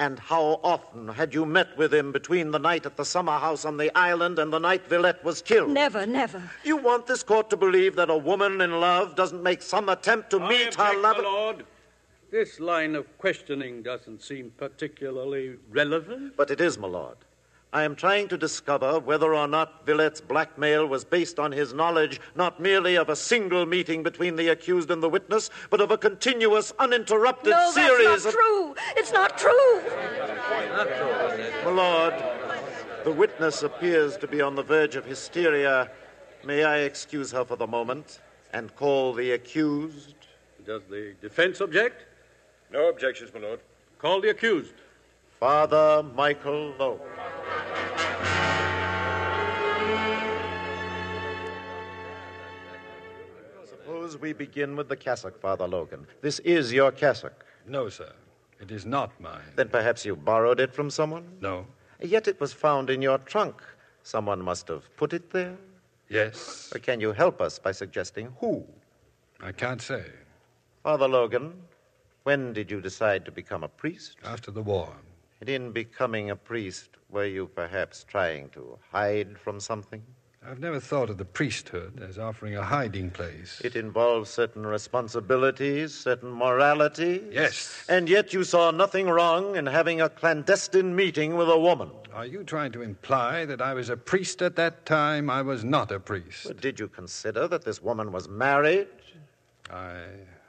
Speaker 10: And how often had you met with him between the night at the summer house on the island and the night Villette was killed?
Speaker 22: Never, never.
Speaker 10: You want this court to believe that a woman in love doesn't make some attempt to
Speaker 21: I
Speaker 10: meet
Speaker 21: object,
Speaker 10: her lover?
Speaker 21: my lord. This line of questioning doesn't seem particularly relevant.
Speaker 10: But it is, my lord. I am trying to discover whether or not Villette's blackmail was based on his knowledge not merely of a single meeting between the accused and the witness, but of a continuous, uninterrupted
Speaker 22: no,
Speaker 10: series
Speaker 22: that's not
Speaker 10: of.
Speaker 22: true. It's not true.
Speaker 10: My lord, the witness appears to be on the verge of hysteria. May I excuse her for the moment and call the accused?
Speaker 21: Does the defense object?
Speaker 15: No objections, my lord.
Speaker 21: Call the accused.
Speaker 10: Father Michael Lowe. Suppose we begin with the cassock, Father Logan. This is your cassock.
Speaker 4: No, sir. It is not mine.
Speaker 10: Then perhaps you borrowed it from someone?
Speaker 4: No.
Speaker 10: Yet it was found in your trunk. Someone must have put it there.
Speaker 4: Yes.
Speaker 10: Or can you help us by suggesting who?
Speaker 4: I can't say.
Speaker 10: Father Logan, When did you decide to become a priest?
Speaker 4: After the war.
Speaker 10: And in becoming a priest, were you perhaps trying to hide from something?
Speaker 4: I've never thought of the priesthood as offering a hiding place.
Speaker 10: It involves certain responsibilities, certain morality.
Speaker 4: Yes.
Speaker 10: And yet you saw nothing wrong in having a clandestine meeting with a woman.
Speaker 4: Are you trying to imply that I was a priest at that time? I was not a priest.
Speaker 10: But did you consider that this woman was married?
Speaker 4: I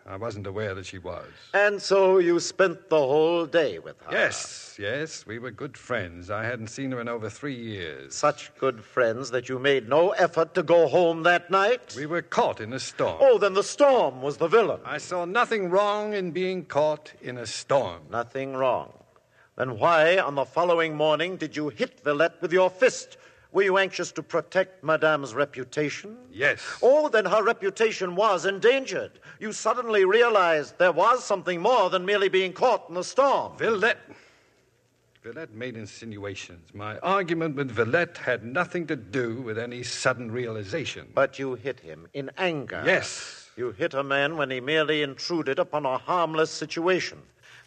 Speaker 4: I wasn't aware that she was.
Speaker 10: And so you spent the whole day with her. Ah.
Speaker 4: Yes, yes, we were good friends. I hadn't seen her in over three years.
Speaker 10: Such good friends that you made no effort to go home that night?
Speaker 4: We were caught in a storm.
Speaker 10: Oh, then the storm was the villain.
Speaker 4: I saw nothing wrong in being caught in a storm.
Speaker 10: Nothing wrong. Then why, on the following morning, did you hit Villette with your fist? Were you anxious to protect Madame's reputation?
Speaker 4: Yes.
Speaker 10: Oh, then her reputation was endangered. You suddenly realized there was something more than merely being caught in the storm.
Speaker 4: Villette. Villette made insinuations. My argument with Villette had nothing to do with any sudden realization.
Speaker 10: But you hit him in anger.
Speaker 4: Yes.
Speaker 10: You hit a man when he merely intruded upon a harmless situation.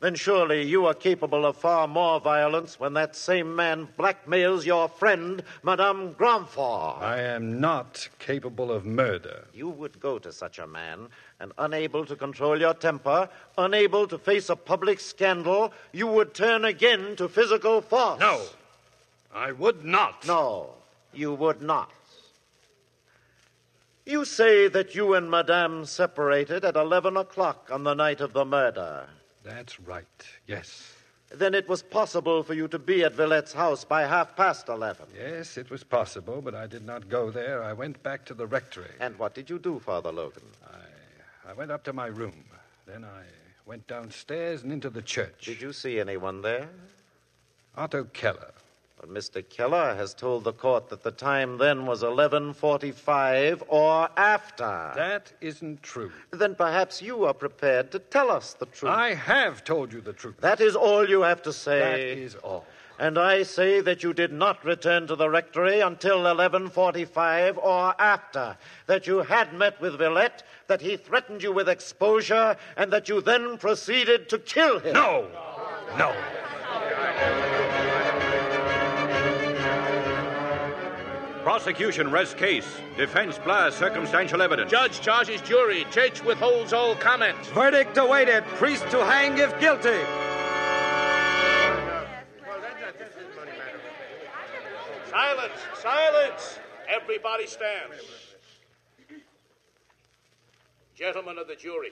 Speaker 10: Then surely you are capable of far more violence when that same man blackmails your friend, Madame Grandfort.
Speaker 4: I am not capable of murder.
Speaker 10: You would go to such a man, and unable to control your temper, unable to face a public scandal, you would turn again to physical force.
Speaker 4: No, I would not.
Speaker 10: No, you would not. You say that you and Madame separated at 11 o'clock on the night of the murder.
Speaker 4: That's right, yes.
Speaker 10: Then it was possible for you to be at Villette's house by half past eleven.
Speaker 4: Yes, it was possible, but I did not go there. I went back to the rectory.
Speaker 10: And what did you do, Father Logan?
Speaker 4: I, I went up to my room. Then I went downstairs and into the church.
Speaker 10: Did you see anyone there?
Speaker 4: Otto Keller.
Speaker 10: But Mr. Keller has told the court that the time then was 11:45 or after.
Speaker 4: That isn't true.
Speaker 10: Then perhaps you are prepared to tell us the truth.
Speaker 4: I have told you the truth.
Speaker 10: That is all you have to say.
Speaker 4: That is all.
Speaker 10: And I say that you did not return to the rectory until 11:45 or after. That you had met with Villette, that he threatened you with exposure, and that you then proceeded to kill him.
Speaker 4: No. No.
Speaker 20: Prosecution rests case. Defense blasts circumstantial evidence.
Speaker 23: Judge charges jury. Church withholds all comment.
Speaker 20: Verdict awaited. Priest to hang if guilty.
Speaker 23: Silence! Silence! Everybody stands. Gentlemen of the jury,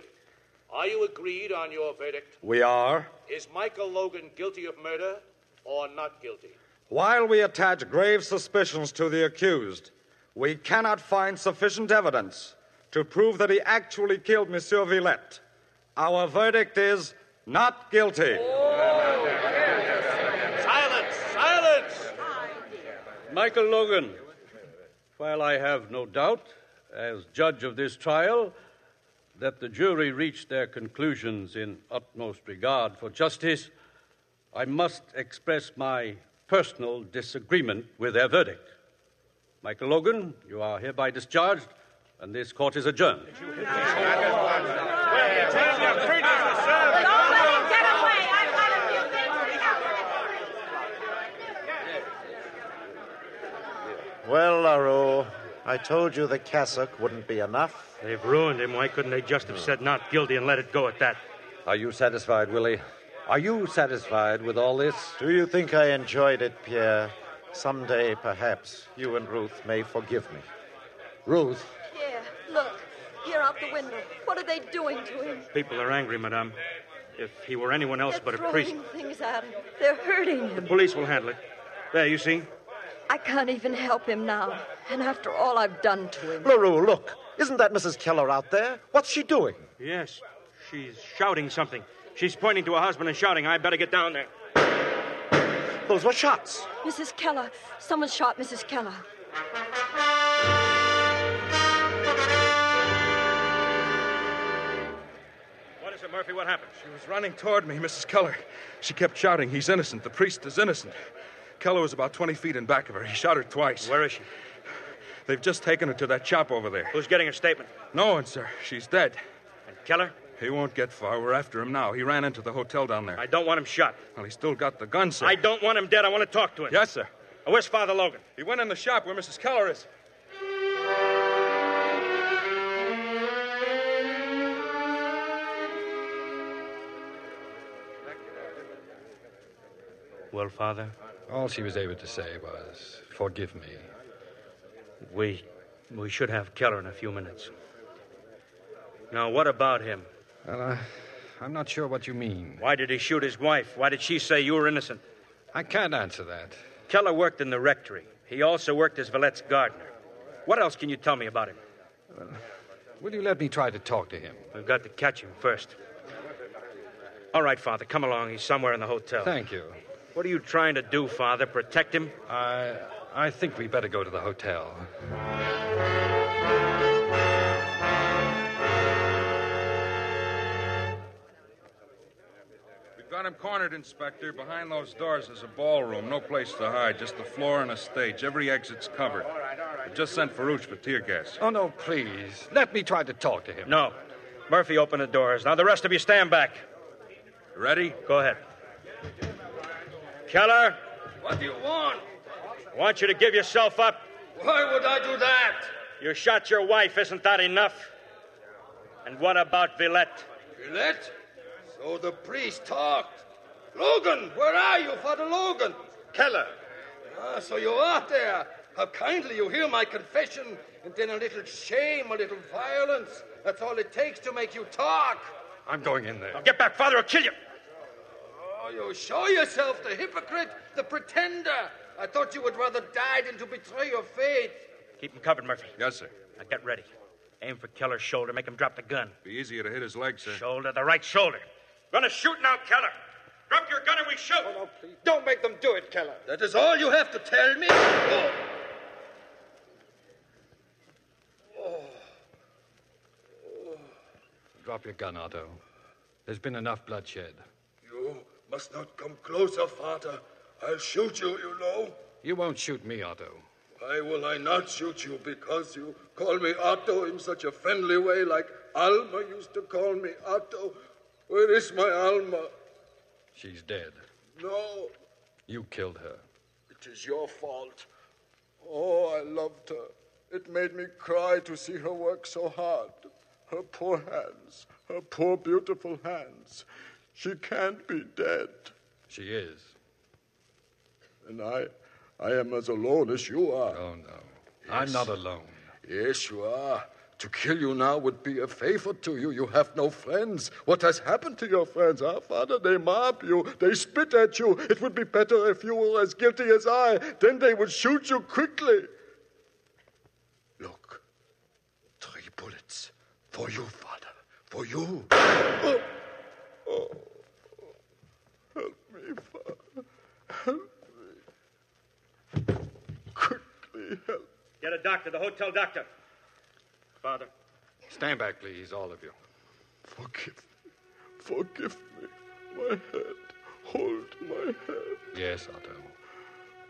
Speaker 23: are you agreed on your verdict?
Speaker 20: We are.
Speaker 23: Is Michael Logan guilty of murder or not guilty?
Speaker 20: While we attach grave suspicions to the accused, we cannot find sufficient evidence to prove that he actually killed Monsieur Villette. Our verdict is not guilty.
Speaker 23: Silence! Silence!
Speaker 24: Michael Logan, while I have no doubt, as judge of this trial, that the jury reached their conclusions in utmost regard for justice, I must express my personal disagreement with their verdict. Michael Logan, you are hereby discharged, and this court is adjourned.
Speaker 10: Well, Larue, I told you the cassock wouldn't be enough.
Speaker 8: They've ruined him. Why couldn't they just have said not guilty and let it go at that?
Speaker 15: Are you satisfied, Willie? Are you satisfied with all this?
Speaker 10: Do you think I enjoyed it, Pierre? Someday, perhaps, you and Ruth may forgive me.
Speaker 15: Ruth?
Speaker 9: Pierre, look. Here out the window. What are they doing to him?
Speaker 8: People are angry, madame. If he were anyone else
Speaker 9: They're
Speaker 8: but a
Speaker 9: throwing
Speaker 8: priest,
Speaker 9: things at him. They're hurting
Speaker 8: the
Speaker 9: him.
Speaker 8: police will handle it. There, you see?
Speaker 9: I can't even help him now. And after all I've done to him.
Speaker 10: Larue, look. Isn't that Mrs. Keller out there? What's she doing?
Speaker 8: Yes. She's shouting something. She's pointing to her husband and shouting, I better get down there.
Speaker 10: Those were shots.
Speaker 9: Mrs. Keller. Someone shot Mrs. Keller.
Speaker 24: What is it, Murphy? What happened? She was running toward me, Mrs. Keller. She kept shouting, He's innocent. The priest is innocent. Keller was about 20 feet in back of her. He shot her twice.
Speaker 8: Where is she?
Speaker 24: They've just taken her to that shop over there.
Speaker 8: Who's getting a statement?
Speaker 24: No one, sir. She's dead.
Speaker 8: And Keller?
Speaker 7: He won't get far. We're after him now. He ran into the hotel down there.
Speaker 17: I don't want him shot.
Speaker 7: Well, he's still got the gun, sir.
Speaker 17: I don't want him dead. I want to talk to him.
Speaker 7: Yes, sir.
Speaker 17: Uh, Where's Father Logan?
Speaker 7: He went in the shop where Mrs. Keller is.
Speaker 8: Well, Father?
Speaker 4: All she was able to say was, Forgive me.
Speaker 8: We, we should have Keller in a few minutes. Now, what about him?
Speaker 4: Well, uh, I'm not sure what you mean.
Speaker 8: Why did he shoot his wife? Why did she say you were innocent?
Speaker 4: I can't answer that.
Speaker 8: Keller worked in the rectory. He also worked as Valette's gardener. What else can you tell me about him?
Speaker 4: Will you let me try to talk to him?
Speaker 8: We've got to catch him first. All right, Father, come along. He's somewhere in the hotel.
Speaker 4: Thank you.
Speaker 8: What are you trying to do, Father? Protect him?
Speaker 4: I, I think we better go to the hotel.
Speaker 7: We've got him cornered, Inspector. Behind those doors is a ballroom. No place to hide, just the floor and a stage. Every exit's covered. All right, all right. Just sent Farouche for tear gas.
Speaker 4: Oh, no, please. Let me try to talk to him.
Speaker 8: No. Murphy, open the doors. Now, the rest of you stand back.
Speaker 7: Ready?
Speaker 8: Go ahead. Keller,
Speaker 12: What do you want?
Speaker 8: I want you to give yourself up.
Speaker 12: Why would I do that?
Speaker 8: You shot your wife. Isn't that enough? And what about Villette?
Speaker 12: Villette? So Oh, the priest talked. Logan, where are you, Father Logan? Keller. Ah, so you are there. How kindly you hear my confession, and then a little shame, a little violence. That's all it takes to make you talk.
Speaker 4: I'm going in there.
Speaker 8: Get back, Father, I'll kill you.
Speaker 12: Oh, you show yourself the hypocrite, the pretender. I thought you would rather die than to betray your faith.
Speaker 8: Keep him covered, Murphy.
Speaker 7: Yes, sir.
Speaker 8: Now get ready. Aim for Keller's shoulder. Make him drop the gun.
Speaker 7: Be easier to hit his leg, sir.
Speaker 8: Shoulder, the right shoulder. Gonna shoot now, Keller. Drop your gun and we shoot.
Speaker 12: Oh, Don't make them do it, Keller. That is all you have to tell me? Oh.
Speaker 4: Drop your gun, Otto. There's been enough bloodshed.
Speaker 12: You must not come closer, Father. I'll shoot you, you know.
Speaker 4: You won't shoot me, Otto.
Speaker 12: Why will I not shoot you? Because you call me Otto in such a friendly way, like Alma used to call me Otto. Where is my Alma?
Speaker 4: She's dead.
Speaker 12: No,
Speaker 4: You killed her.
Speaker 12: it is your fault. Oh, I loved her. It made me cry to see her work so hard.
Speaker 3: Her poor hands, her poor beautiful hands. She can't be dead.
Speaker 4: She is.
Speaker 3: And I, I am as alone as you are.
Speaker 4: Oh, no. I'm not alone.
Speaker 12: Yes, you are. To kill you now would be a favor to you. You have no friends. What has happened to your friends, huh,
Speaker 3: Father, they mob you. They spit at you. It would be better if you were as guilty as I. Then they would shoot you quickly.
Speaker 12: Look, three bullets for you, Father, for you.
Speaker 3: Help me, Father. Help me. Quickly help.
Speaker 17: Get a doctor, the hotel doctor. Father.
Speaker 4: Stand back, please, all of you.
Speaker 3: Forgive me. Forgive me. My head. Hold my head.
Speaker 4: Yes, Otto.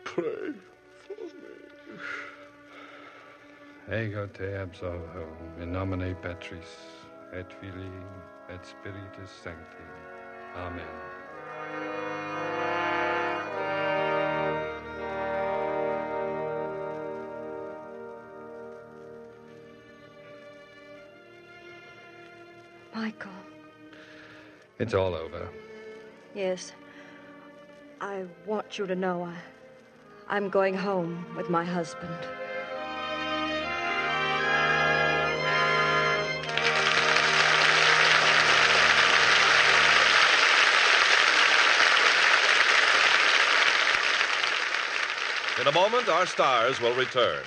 Speaker 3: Pray for me.
Speaker 4: Ego te absolvo in nomine Patris et Filii et Spiritus Sancti. Amen.
Speaker 9: Michael.
Speaker 4: It's all over.
Speaker 9: Yes. I want you to know I, I'm going home with my husband.
Speaker 1: In a moment, our stars will return.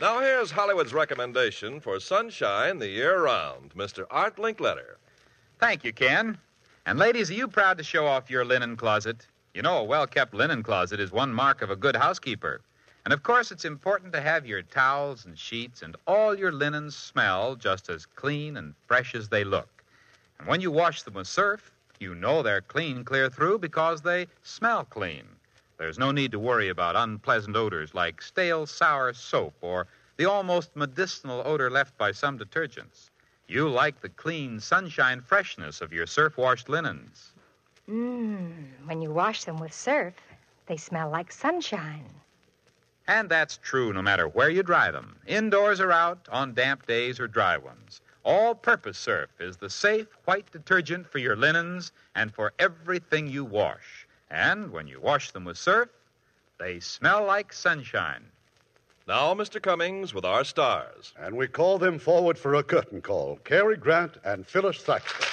Speaker 1: Now, here's Hollywood's recommendation for sunshine the year round, Mr. Art Linkletter.
Speaker 25: Thank you, Ken. And ladies, are you proud to show off your linen closet? You know, a well kept linen closet is one mark of a good housekeeper. And of course, it's important to have your towels and sheets and all your linens smell just as clean and fresh as they look. And when you wash them with surf, you know they're clean clear through because they smell clean. There's no need to worry about unpleasant odors like stale, sour soap or the almost medicinal odor left by some detergents. You like the clean, sunshine freshness of your surf washed linens.
Speaker 5: Mmm, when you wash them with surf, they smell like sunshine.
Speaker 25: And that's true no matter where you dry them indoors or out, on damp days or dry ones. All purpose surf is the safe white detergent for your linens and for everything you wash. And when you wash them with surf,
Speaker 1: They smell like sunshine. Now, Mr. Cummings with our stars.
Speaker 2: And we call them forward for a curtain call Cary Grant and Phyllis Thaxter.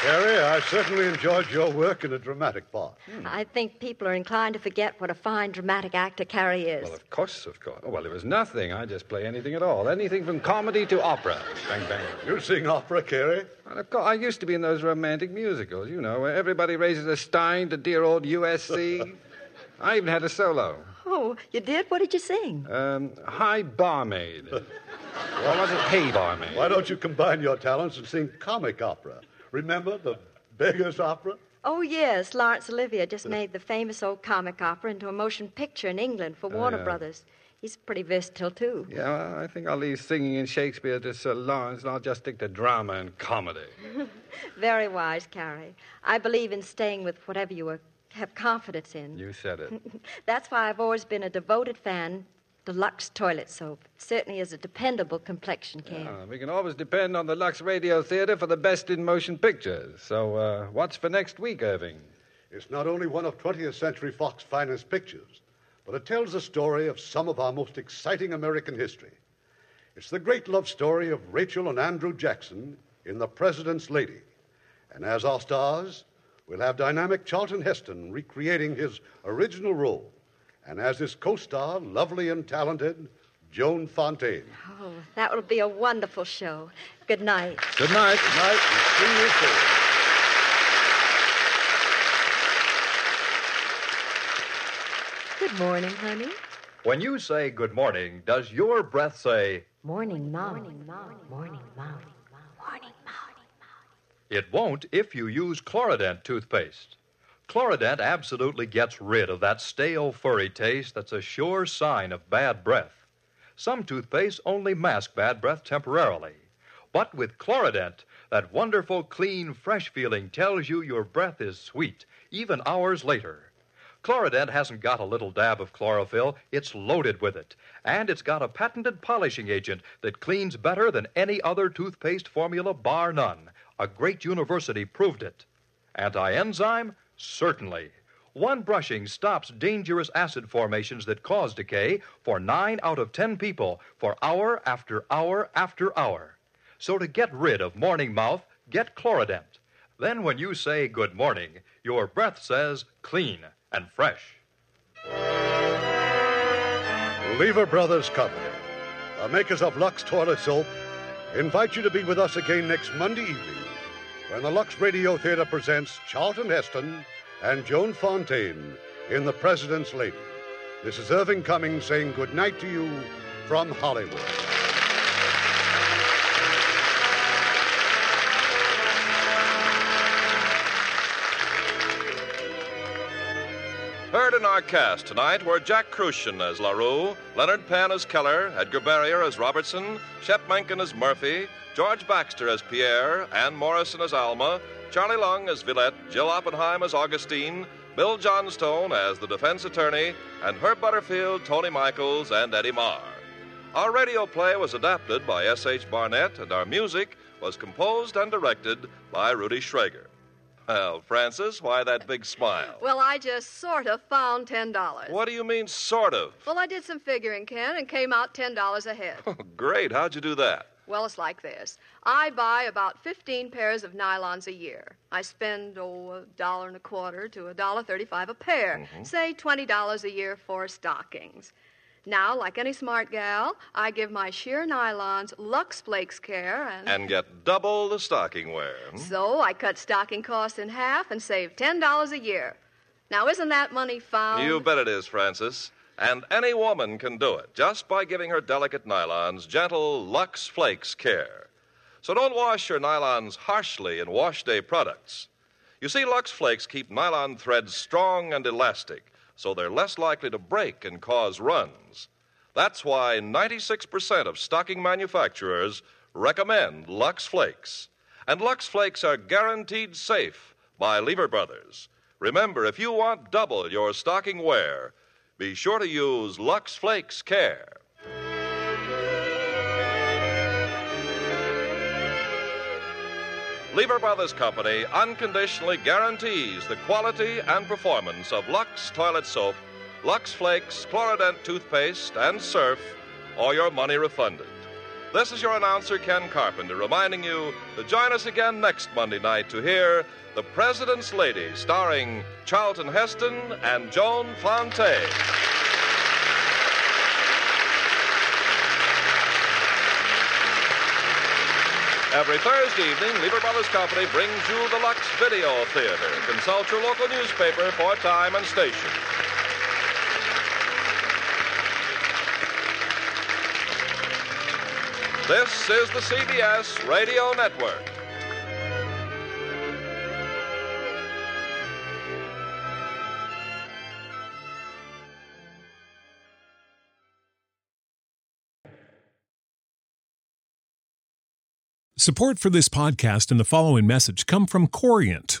Speaker 2: Cary, I certainly enjoyed your work in a dramatic part.
Speaker 8: Hmm.
Speaker 9: I think people are inclined to forget what a fine dramatic actor Carrie is.
Speaker 4: Of course, of course. Oh, well, it was nothing. I just play anything at all. Anything from comedy to opera. Bang, bang.
Speaker 2: You sing opera, Carey?
Speaker 4: Well, of course. I used to be in those romantic musicals, you know, where everybody raises a stein to dear old
Speaker 9: (laughs)
Speaker 4: USC. I even had a solo.
Speaker 9: Oh, you did? What did you sing?
Speaker 4: Um,
Speaker 2: (laughs)
Speaker 4: High Barmaid.
Speaker 2: Why
Speaker 4: was it Hey Barmaid?
Speaker 2: Why don't you combine your talents and sing comic opera? Remember the Beggar's Opera?
Speaker 9: Oh, yes. Laurence Olivier just made the famous old comic opera into a motion picture in England for
Speaker 4: Oh,
Speaker 9: Warner
Speaker 4: yeah.
Speaker 9: Brothers. He's pretty versatile, too.
Speaker 4: Yeah, well, I think I'll leave singing and Shakespeare to Sir Lawrence, and I'll just stick to drama and comedy.
Speaker 9: Very wise, Carrie. I believe in staying with whatever you are, have confidence in.
Speaker 4: You said
Speaker 9: (laughs)
Speaker 4: it.
Speaker 9: That's why I've always been a devoted fan to Lux toilet soap. Certainly is a dependable complexion care.
Speaker 4: Ah, we can always depend on the Lux Radio Theater for the best in motion pictures. So, uh, what's for next week, Irving?
Speaker 2: It's not only one of 20th Century Fox finest pictures, but it tells the story of some of our most exciting American history. It's the great love story of Rachel and Andrew Jackson in The President's Lady. And as our stars, we'll have dynamic Charlton Heston recreating his original role, and as his co star, lovely and talented Joan Fontaine.
Speaker 9: Oh, that will be a wonderful show. Good night.
Speaker 4: Good night.
Speaker 2: Good night, and see you soon.
Speaker 9: Good morning, honey.
Speaker 26: When you say good morning, does your breath say,
Speaker 5: Morning, Mom. Morning, Mom. Morning, Mom.
Speaker 26: it won't if you use Chlorodent toothpaste? Chlorodent absolutely gets rid of that stale, furry taste that's a sure sign of bad breath. Some toothpaste only mask bad breath temporarily. But with Chlorodent, that wonderful, clean, fresh feeling tells you your breath is sweet, even hours later. Chlorodent hasn't got a little dab of chlorophyll, it's loaded with it. And it's got a patented polishing agent that cleans better than any other toothpaste formula, bar none. A great university proved it. Anti enzyme? Certainly. One brushing stops dangerous acid formations that cause decay for nine out of ten people for hour after hour after hour. So to get rid of morning mouth, get Chlorodent. Then when you say good morning, your breath says clean and fresh.
Speaker 2: Lever Brothers Company, the makers of Lux Toilet Soap, invite you to be with us again next Monday evening when the Lux Radio Theater presents Charlton Heston and Joan Fontaine in The President's Lady. This is Irving Cummings saying good night to you from Hollywood.
Speaker 1: Heard in our cast tonight were Jack Crucian as LaRue, Leonard Penn as Keller, Edgar Barrier as Robertson, Shep Mencken as Murphy, George Baxter as Pierre, Ann Morrison as Alma, Charlie Long as Villette, Jill Oppenheim as Augustine, Bill Johnstone as the defense attorney, and Herb Butterfield, Tony Michaels, and Eddie Marr. Our radio play was adapted by S.H. Barnett, and our music was composed and directed by Rudy Schrager. Well, Francis, why that big smile?
Speaker 14: Well, I just sort of found $10.
Speaker 1: What do you mean, sort of?
Speaker 14: Well, I did some figuring, Ken, and came out $10 ahead.
Speaker 1: Great, how'd you do that?
Speaker 14: Well, it's like this. I buy about 15 pairs of nylons a year. I spend, oh, a dollar and a quarter to a dollar 35 a pair. Say $20 a year for stockings. Now, like any smart gal, I give my sheer nylons Lux Flakes Care and...
Speaker 1: And get double the stocking wear. hmm?
Speaker 14: So I cut stocking costs in half and save $10 a year. Now, isn't that money found?
Speaker 1: You bet it is, Francis. And any woman can do it just by giving her delicate nylons gentle Lux Flakes care. So don't wash your nylons harshly in wash day products. You see, Lux Flakes keep nylon threads strong and elastic, so they're less likely to break and cause runs. That's why 96% of stocking manufacturers recommend Lux Flakes. And Lux Flakes are guaranteed safe by Lever Brothers. Remember, if you want double your stocking wear, be sure to use Lux Flakes Care. Lever Brothers Company unconditionally guarantees the quality and performance of Lux toilet soap, Lux Flakes, Chlorodent toothpaste, and Surf, or your money refunded. This is your announcer, Ken Carpenter, reminding you to join us again next Monday night to hear The President's Lady, starring Charlton Heston and Joan Fontaine. Every Thursday evening, Lever Brothers Company brings you the Lux Video Theater. Consult your local newspaper for time and station. This is the CBS Radio Network.
Speaker 27: Support for this podcast and the following message come from Corient.